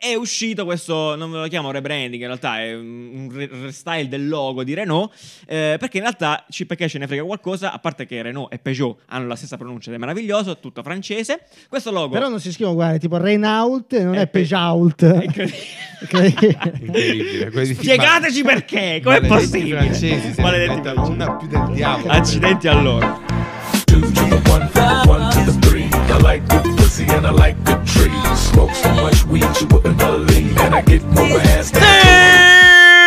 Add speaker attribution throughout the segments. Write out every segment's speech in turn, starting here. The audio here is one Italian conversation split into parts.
Speaker 1: È uscito questo, non ve lo chiamo rebranding, in realtà è un re- restyle del logo di Renault, eh, perché in realtà CPK ce ne frega qualcosa, a parte che Renault e Peugeot hanno la stessa pronuncia ed è meraviglioso, tutto francese. Questo logo...
Speaker 2: Però non si scrivono, guarda, tipo Renault e non
Speaker 3: Eh,
Speaker 1: È
Speaker 2: è,
Speaker 1: pe-
Speaker 2: Peugeot.
Speaker 1: È
Speaker 2: Incredibile.
Speaker 3: Incredibile. questi-
Speaker 1: Spiegateci
Speaker 3: ma-
Speaker 1: perché, com'è
Speaker 3: maledetti
Speaker 1: possibile?
Speaker 3: francesi, Ah, se ne
Speaker 1: Maledetti
Speaker 3: inventano
Speaker 1: francesi.
Speaker 3: una più del diavolo.
Speaker 1: Accidenti a loro.
Speaker 4: Two to the one, one to the three. I like the pussy and I like the tree. Smoke so much weed you wouldn't believe, and I get more ass than.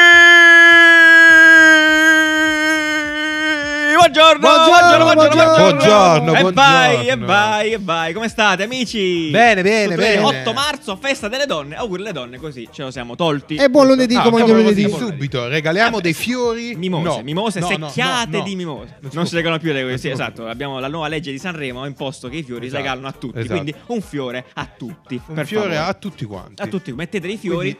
Speaker 1: Buongiorno, buongiorno,
Speaker 2: Buongiorno,
Speaker 1: buongiorno,
Speaker 3: buongiorno.
Speaker 1: E
Speaker 3: Buongiorno,
Speaker 1: vai, e
Speaker 3: buongiorno.
Speaker 1: vai, e vai. Come state, amici?
Speaker 3: Bene, bene,
Speaker 1: Tutto
Speaker 3: bene.
Speaker 1: 8 marzo, festa delle donne. Auguri alle donne, così ce lo siamo tolti. diciamo
Speaker 2: E buon lunedì
Speaker 3: Ah,
Speaker 2: come ogni
Speaker 3: proprio
Speaker 2: lunedì.
Speaker 3: così, subito regaliamo dei fiori
Speaker 1: Mimose,
Speaker 3: No,
Speaker 1: mimose
Speaker 3: no, no,
Speaker 1: secchiate
Speaker 3: no, no.
Speaker 1: di mimose.
Speaker 3: Non
Speaker 1: Non,
Speaker 3: si
Speaker 1: si
Speaker 3: può.
Speaker 1: regolano più le
Speaker 3: Non
Speaker 1: cose.
Speaker 3: si
Speaker 1: Sì,
Speaker 3: può.
Speaker 1: esatto. Abbiamo la nuova legge di Sanremo ha imposto che i fiori
Speaker 3: Esatto,
Speaker 1: si regalano a tutti.
Speaker 3: esatto.
Speaker 1: Quindi un fiore a tutti.
Speaker 3: un
Speaker 1: per
Speaker 3: fiore
Speaker 1: favore.
Speaker 3: a tutti quanti
Speaker 1: a tutti. Mettete dei fiori.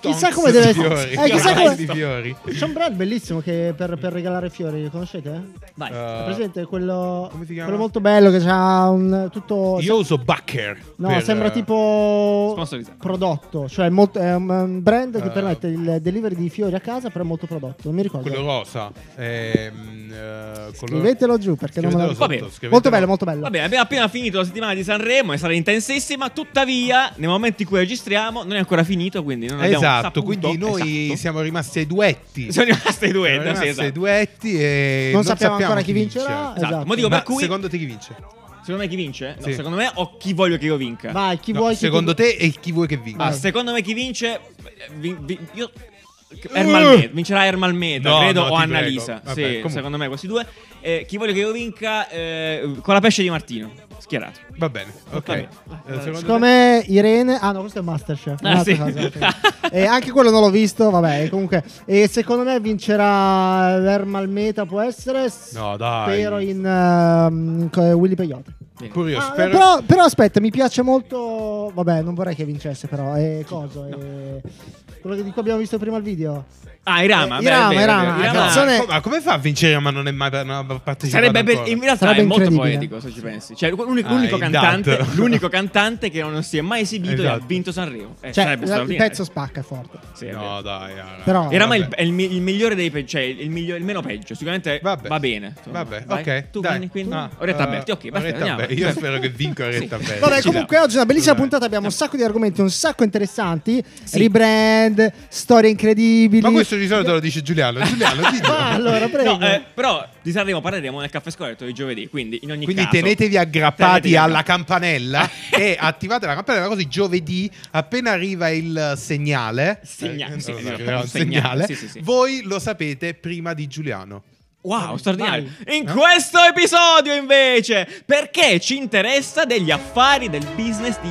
Speaker 2: Chissà come deve essere.
Speaker 3: essere
Speaker 2: Eh, chissà
Speaker 1: Stonks
Speaker 2: come-
Speaker 3: di fiori
Speaker 2: C'è un brand bellissimo che per, per regalare fiori, lo conoscete?
Speaker 1: Vai.
Speaker 3: Eh,
Speaker 2: È presente quello,
Speaker 3: come si chiama?
Speaker 2: quello molto bello che ha un tutto.
Speaker 3: io uso Bucker
Speaker 2: No,
Speaker 3: per,
Speaker 2: sembra
Speaker 3: eh,
Speaker 2: tipo
Speaker 1: Sponsorizzato.
Speaker 2: prodotto, cioè molto- è un un brand che
Speaker 3: Eh.
Speaker 2: permette il delivery di fiori a casa, però è molto prodotto. Non mi ricordo.
Speaker 3: quello rosa ehm, eh, color-
Speaker 2: Scrivetelo giù perché non me lo
Speaker 3: Scrivetelo sotto,
Speaker 1: Vabbè.
Speaker 3: scrivetelo.
Speaker 2: Molto bello, molto bello.
Speaker 1: Va bene, abbiamo appena finito la settimana di Sanremo e sarà intensissima. Tuttavia, nel momento in cui registriamo, non è ancora finito, quindi non abbiamo
Speaker 3: esatto
Speaker 1: saputo-
Speaker 3: quindi noi
Speaker 1: Esatto.
Speaker 3: siamo rimasti ai duetti
Speaker 1: sono rimasti i due. no?
Speaker 3: Siamo
Speaker 1: Sì,
Speaker 3: rimasti ai
Speaker 1: esatto.
Speaker 3: duetti e
Speaker 2: Non, sappiamo, ancora chi vincerà.
Speaker 1: Esatto.
Speaker 2: esatto.
Speaker 1: Ma dico-
Speaker 3: Ma
Speaker 1: per cui-
Speaker 3: secondo te chi vince?
Speaker 1: Secondo me chi vince? No,
Speaker 3: Sì.
Speaker 1: secondo me o chi voglio che io vinca.
Speaker 2: Vai, chi
Speaker 3: No,
Speaker 2: vuoi? chi
Speaker 3: secondo
Speaker 2: ti-
Speaker 3: te e chi vuoi che vinca?
Speaker 1: Ah, secondo me chi vince eh, vi- vi- io Ermal Meta, vincerà Ermal Meta,
Speaker 3: Uh. No,
Speaker 1: credo,
Speaker 3: no,
Speaker 1: o
Speaker 3: ti
Speaker 1: Annalisa.
Speaker 3: prego.
Speaker 1: Sì,
Speaker 3: Vabbè, comunque.
Speaker 1: secondo me questi due. Eh, chi voglio che io vinca? eh, con la pesce di Martino, schierato.
Speaker 3: Va bene, ok.
Speaker 1: Vabbè.
Speaker 3: Eh, secondo
Speaker 2: Secondo me Irene. Ah, no, questo è Masterchef.
Speaker 1: Ah, sì.
Speaker 2: e anche quello non l'ho visto. Vabbè, comunque. E secondo me vincerà Vermal Meta. Può essere. S-
Speaker 3: No, dai.
Speaker 2: Spero in ehm, co- Willy Peyote.
Speaker 3: te- Curio,
Speaker 2: Ah,
Speaker 3: spero...
Speaker 2: però, però aspetta, mi piace molto. Vabbè, non vorrei che vincesse, però. È coso. eh, Quello che di cui abbiamo visto prima il video.
Speaker 1: Ah, Irama.
Speaker 2: Eh,
Speaker 1: beh, è
Speaker 2: Irama,
Speaker 1: vero,
Speaker 2: Irama,
Speaker 1: è vero.
Speaker 2: la
Speaker 3: Ma-
Speaker 2: canzone-
Speaker 3: co- Ah, Ma come fa a vincere ma non è mai non ha partecipato
Speaker 1: Sarebbe be-
Speaker 3: ancora?
Speaker 1: in realtà
Speaker 2: Sarebbe
Speaker 1: è molto
Speaker 2: incredibile.
Speaker 1: poetico se ci pensi. Cioè, l'unico,
Speaker 3: Ah,
Speaker 1: l'unico
Speaker 3: il
Speaker 1: cantante,
Speaker 3: Dante.
Speaker 1: l'unico cantante che non si è mai esibito e ha
Speaker 3: Esatto.
Speaker 1: vinto Sanremo. Eh,
Speaker 2: Cioè,
Speaker 1: sarebbe
Speaker 2: la- il
Speaker 1: straordinario.
Speaker 2: pezzo spacca è forte.
Speaker 1: Sì, è
Speaker 3: No,
Speaker 1: vero.
Speaker 3: dai. ah,
Speaker 2: Però-
Speaker 1: Era mai il,
Speaker 3: vabbè.
Speaker 1: è il mi- il migliore dei pe- cioè il, miglio- il meno peggio. Sicuramente
Speaker 3: Vabbè.
Speaker 1: va bene. Insomma,
Speaker 3: Vabbè,
Speaker 1: vai.
Speaker 3: ok.
Speaker 1: Tu
Speaker 3: dai.
Speaker 1: quindi, quindi?
Speaker 3: Ah,
Speaker 1: Oretta
Speaker 3: eh,
Speaker 1: Berti, ok, basta,
Speaker 3: Oretta
Speaker 1: andiamo.
Speaker 3: Berti. Io spero che vinca Oretta
Speaker 1: Sì.
Speaker 3: Berti.
Speaker 2: Vabbè,
Speaker 3: Ci
Speaker 2: comunque
Speaker 3: dà.
Speaker 2: oggi è una bellissima
Speaker 3: Vabbè.
Speaker 2: puntata. Abbiamo un sacco di argomenti, un sacco interessanti.
Speaker 1: Sì.
Speaker 2: Rebrand, storie incredibili.
Speaker 3: Ma questo di solito lo dice Giuliano. Giuliano, dillo.
Speaker 2: Ma Ah, allora, prego.
Speaker 1: No, eh, però di Sanremo parleremo nel caffè scorretto di giovedì. Quindi, in ogni
Speaker 3: Quindi
Speaker 1: caso,
Speaker 3: tenetevi aggrappati
Speaker 1: tenetevi
Speaker 3: alla
Speaker 1: aggrappati.
Speaker 3: campanella e attivate la campanella così giovedì appena arriva il segnale,
Speaker 1: Segnale,
Speaker 3: eh,
Speaker 1: sì,
Speaker 3: non
Speaker 1: sì,
Speaker 3: so
Speaker 1: sì,
Speaker 3: che era un
Speaker 1: segnale,
Speaker 3: segnale,
Speaker 1: sì, sì, sì.
Speaker 3: voi lo sapete prima di Giuliano.
Speaker 1: Wow, straordinario. In questo episodio, invece, perché ci interessa degli affari del business di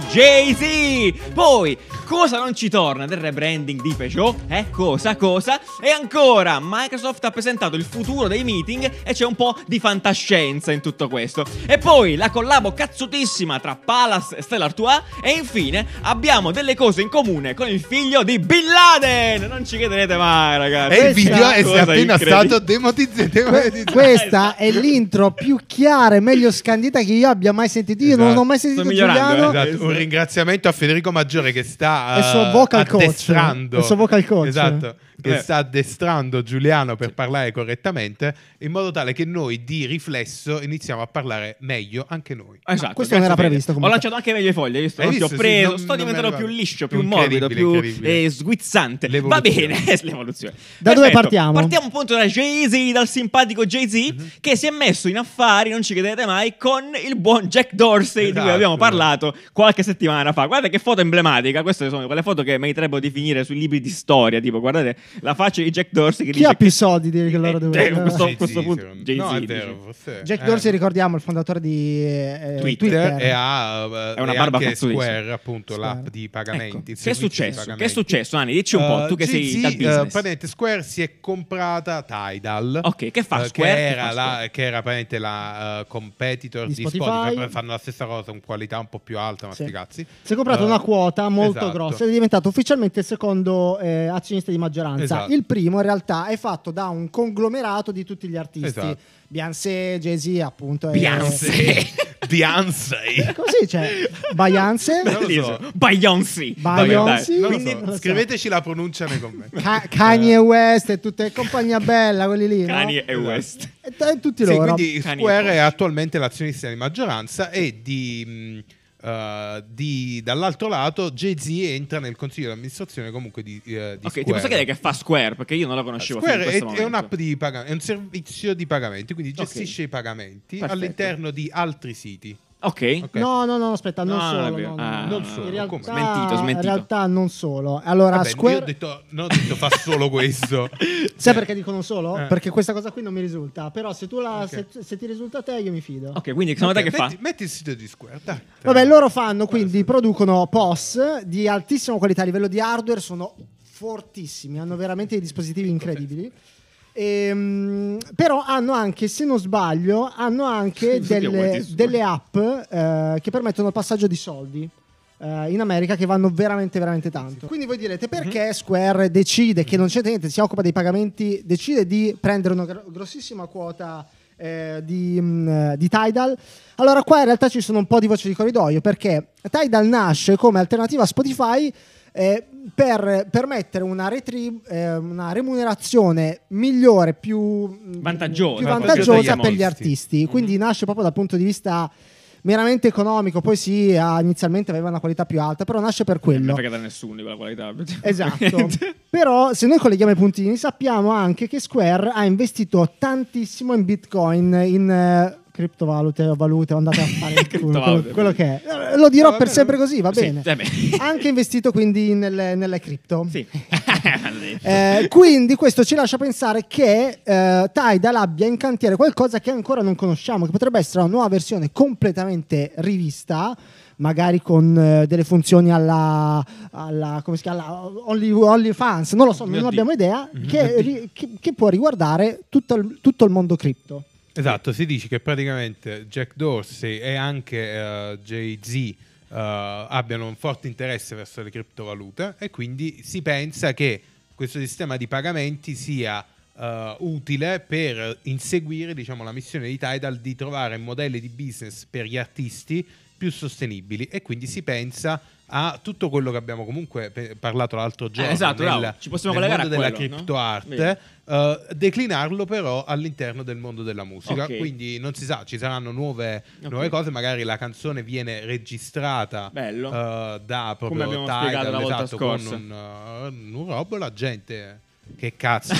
Speaker 1: Jay-Z. Poi, cosa non ci torna del rebranding di Peugeot? Eh, cosa, cosa? E ancora, Microsoft ha presentato il futuro dei meeting e c'è un po' di fantascienza in tutto questo. E poi, la collabo cazzutissima tra Palace e Stella Artois. E infine, abbiamo delle cose in comune con il figlio di Bin Laden. Non ci crederete mai,
Speaker 2: Eh,
Speaker 1: ragazzi.
Speaker 3: E il video è
Speaker 1: Cosa
Speaker 3: appena
Speaker 1: incredibile.
Speaker 3: stato demotizzato.
Speaker 2: Que- questa è l'intro più chiara e meglio scandita che io abbia mai sentito. Io non
Speaker 3: Esatto.
Speaker 2: ho mai sentito
Speaker 1: Sto migliorando,
Speaker 2: Giuliano.
Speaker 1: eh,
Speaker 3: Esatto, un ringraziamento a Federico Maggiore che sta eh,
Speaker 2: È il suo vocal coach.
Speaker 3: addestrando
Speaker 2: È il suo vocal coach.
Speaker 3: Esatto, che
Speaker 1: Eh.
Speaker 3: sta addestrando Giuliano per parlare correttamente in modo tale che noi di riflesso iniziamo a parlare meglio anche noi.
Speaker 1: Esatto, grazie
Speaker 2: questo non era
Speaker 1: Fede.
Speaker 2: previsto,
Speaker 1: Ho
Speaker 2: comunque.
Speaker 1: lanciato anche meglio i fogli, hai visto?
Speaker 3: Hai
Speaker 1: Non
Speaker 3: visto?
Speaker 1: Ti ho
Speaker 3: Sì,
Speaker 1: preso,
Speaker 3: non-
Speaker 1: sto
Speaker 3: non
Speaker 1: diventando
Speaker 3: me ne
Speaker 1: più
Speaker 3: vado.
Speaker 1: liscio, più
Speaker 3: Incredibile,
Speaker 1: morbido, più
Speaker 3: incredibile.
Speaker 1: eh, sguizzante. Va
Speaker 3: L'evoluzione.
Speaker 1: bene, è l'evoluzione.
Speaker 2: Da dove
Speaker 1: Perfetto.
Speaker 2: partiamo?
Speaker 1: Partiamo appunto da Jay-Z, dal simpatico Jay-Z,
Speaker 3: Mhm.
Speaker 1: che si è messo in affari, non ci credete mai, con il buon Jack Dorsey, di cui
Speaker 3: Esatto.
Speaker 1: abbiamo parlato qualche settimana fa. Guarda che foto emblematica, queste sono quelle foto che meriterebbero di finire sui libri di storia, tipo guardate la faccia di Jack Dorsey che
Speaker 2: Chi
Speaker 1: dice...
Speaker 2: ha più soldi di che loro
Speaker 1: Eh,
Speaker 2: due?
Speaker 1: eh, questo-
Speaker 3: Cioè, Jay-Z,
Speaker 1: questo punto-
Speaker 3: secondo-
Speaker 1: Jay-Z,
Speaker 3: no, è
Speaker 1: dice.
Speaker 3: vero, forse.
Speaker 2: Jack
Speaker 3: Eh,
Speaker 2: Dorsey, ricordiamo, il fondatore di eh,
Speaker 1: Twitter
Speaker 2: Twitter.
Speaker 3: e ha
Speaker 1: È una
Speaker 3: e
Speaker 1: barba
Speaker 3: eh, anche
Speaker 1: cazzurissima.
Speaker 3: Square, appunto,
Speaker 2: Square.
Speaker 3: l'app di
Speaker 1: Ecco,
Speaker 3: pagamenti. il
Speaker 1: Che è
Speaker 3: servizio di
Speaker 1: successo? Che è
Speaker 3: pagamenti.
Speaker 1: successo, Anni? Dici un po',
Speaker 3: Eh,
Speaker 1: tu che sei
Speaker 3: Jay-Z,
Speaker 1: dal
Speaker 3: eh,
Speaker 1: business.
Speaker 3: praticamente Square si è comprata Tidal.
Speaker 1: Ok, che fa
Speaker 3: eh,
Speaker 1: Square? Che
Speaker 3: Che era,
Speaker 1: fa
Speaker 3: la-
Speaker 1: Square?
Speaker 3: che era praticamente la eh, competitor
Speaker 2: Di
Speaker 3: di,
Speaker 2: Spotify.
Speaker 3: Spotify. Fanno la stessa cosa con qualità un po' più alta, ma
Speaker 2: Sì.
Speaker 3: sti cazzi.
Speaker 2: Si è comprato
Speaker 3: Eh,
Speaker 2: una quota molto
Speaker 3: esatto.
Speaker 2: grossa ed è diventato ufficialmente il secondo eh, azionista di maggioranza.
Speaker 3: Esatto.
Speaker 2: Il primo in realtà è fatto da un conglomerato di tutti gli artisti.
Speaker 3: Esatto.
Speaker 2: Beyoncé, Jay-Z appunto. e-
Speaker 1: Beyoncé.
Speaker 3: Beyoncé.
Speaker 1: cioè,
Speaker 2: Così c'è Baianze,
Speaker 1: Bellissimo.
Speaker 3: Non lo so.
Speaker 1: Beyoncé. Vabbè,
Speaker 2: Beyoncé.
Speaker 1: dai.
Speaker 3: Non lo
Speaker 1: Quindi-
Speaker 3: so, Scriveteci la pronuncia nei commenti.
Speaker 2: Ca-
Speaker 3: Eh.
Speaker 2: Kanye West e tutta compagnia bella, quelli lì. no?
Speaker 1: Kanye e West.
Speaker 2: E t- eh, tutti
Speaker 3: Sì,
Speaker 2: loro.
Speaker 3: quindi
Speaker 1: Cani
Speaker 3: Square
Speaker 1: e
Speaker 3: è
Speaker 1: porci.
Speaker 3: attualmente l'azionista di maggioranza e di, mh, eh, di- dall'altro lato Jay-Z entra nel consiglio di amministrazione comunque di, eh, di
Speaker 1: Ok, ti
Speaker 3: Square.
Speaker 1: posso chiedere che fa Square? Perché io non la conoscevo fino a
Speaker 3: Square è,
Speaker 1: questo
Speaker 3: è
Speaker 1: momento.
Speaker 3: un'app di pagamento, è un servizio di pagamenti, quindi
Speaker 1: Ok.
Speaker 3: gestisce i pagamenti
Speaker 1: Perfetto. Ah,
Speaker 3: all'interno di altri siti.
Speaker 1: Ok.
Speaker 3: Ok.
Speaker 2: No, no, no, aspetta, non
Speaker 1: No, no,
Speaker 2: solo.
Speaker 1: è vero.
Speaker 2: no, no.
Speaker 1: Ah,
Speaker 3: non solo,
Speaker 2: In realtà,
Speaker 3: come?
Speaker 1: Smentito, smentito.
Speaker 2: in realtà non solo. Allora,
Speaker 3: Vabbè,
Speaker 2: Square...
Speaker 3: Io ho detto, non ho detto fa solo questo.
Speaker 2: Sai perché dicono solo?
Speaker 3: Eh.
Speaker 2: Perché questa cosa qui non mi risulta. Però se, tu la,
Speaker 3: Ok.
Speaker 2: se, se ti risulta a te, io mi fido.
Speaker 1: Ok, quindi secondo
Speaker 3: Ok,
Speaker 1: te che
Speaker 3: metti,
Speaker 1: fa?
Speaker 3: metti il sito di Square, dai.
Speaker 2: Vabbè, loro fanno quindi, producono POS di altissima qualità a livello di hardware, sono fortissimi, hanno veramente dei dispositivi incredibili. Ehm, però hanno anche, se non sbaglio, hanno anche
Speaker 1: Non sappiamo quanti
Speaker 2: delle,
Speaker 1: sono.
Speaker 2: delle app eh, che permettono il passaggio di soldi. eh, in America che vanno veramente veramente tanto quindi voi direte perché Square decide che non c'entra niente si occupa dei pagamenti decide di prendere una gro- grossissima quota eh, di, mh, eh, di Tidal allora qua in realtà ci sono un po' di voci di corridoio perché Tidal nasce come alternativa a Spotify eh, per permettere una, retri- eh, una remunerazione migliore, più mm,
Speaker 1: Vantaggiosa.
Speaker 2: più
Speaker 3: Vantaggiosa
Speaker 2: vantaggiosa
Speaker 3: agli
Speaker 2: per gli
Speaker 3: artisti.
Speaker 2: artisti. Quindi nasce proprio dal punto di vista meramente economico, poi sì, ah, inizialmente aveva una qualità più alta, però nasce per
Speaker 1: Non è
Speaker 2: quello.
Speaker 1: fregata a nessuno di quella qualità.
Speaker 2: Esatto. Però se noi colleghiamo i puntini sappiamo anche che Square ha investito tantissimo in Bitcoin, in eh, criptovalute o valute, o andate a fare il culo, quello,
Speaker 1: Criptovalute.
Speaker 2: quello che è. Eh, Lo dirò
Speaker 3: No, va
Speaker 2: per
Speaker 3: bene.
Speaker 2: sempre così, va
Speaker 1: Sì,
Speaker 2: bene. Ah,
Speaker 1: vabbè.
Speaker 2: Ha Anche investito quindi nelle, nelle cripto.
Speaker 1: Sì.
Speaker 2: Eh, quindi questo ci lascia pensare che eh, Tidal abbia in cantiere qualcosa che ancora non conosciamo, che potrebbe essere una nuova versione completamente rivista, magari con eh, delle funzioni alla, alla- come si chiama, OnlyFans, non lo so,
Speaker 1: Mio Dio.
Speaker 2: non abbiamo idea,
Speaker 1: Mm-hmm.
Speaker 2: che, ri- che- che può riguardare tutto il, tutto il mondo cripto.
Speaker 3: Esatto, si dice che praticamente Jack Dorsey e anche eh, Jay-Z eh, abbiano un forte interesse verso le criptovalute e quindi si pensa che questo sistema di pagamenti sia eh, utile per inseguire diciamo, la missione di Tidal di trovare modelli di business per gli artisti più sostenibili e quindi si pensa a tutto quello che abbiamo comunque pe- parlato l'altro giorno
Speaker 1: esatto, bravo.
Speaker 3: nel,
Speaker 1: Ci possiamo
Speaker 3: nel
Speaker 1: collegare a
Speaker 3: mondo della
Speaker 1: quello, no?
Speaker 3: criptoarte
Speaker 1: Vero.
Speaker 3: eh, declinarlo però all'interno del mondo della musica.
Speaker 1: Ok.
Speaker 3: Quindi non si sa, ci saranno nuove,
Speaker 1: Ok.
Speaker 3: nuove cose, magari la canzone viene registrata
Speaker 1: Bello.
Speaker 3: eh, da
Speaker 1: Come
Speaker 3: proprio
Speaker 1: abbiamo
Speaker 3: Tidal,
Speaker 1: spiegato la volta
Speaker 3: esatto, con
Speaker 1: scorsa.
Speaker 3: un, eh, un robo la gente che cazzo.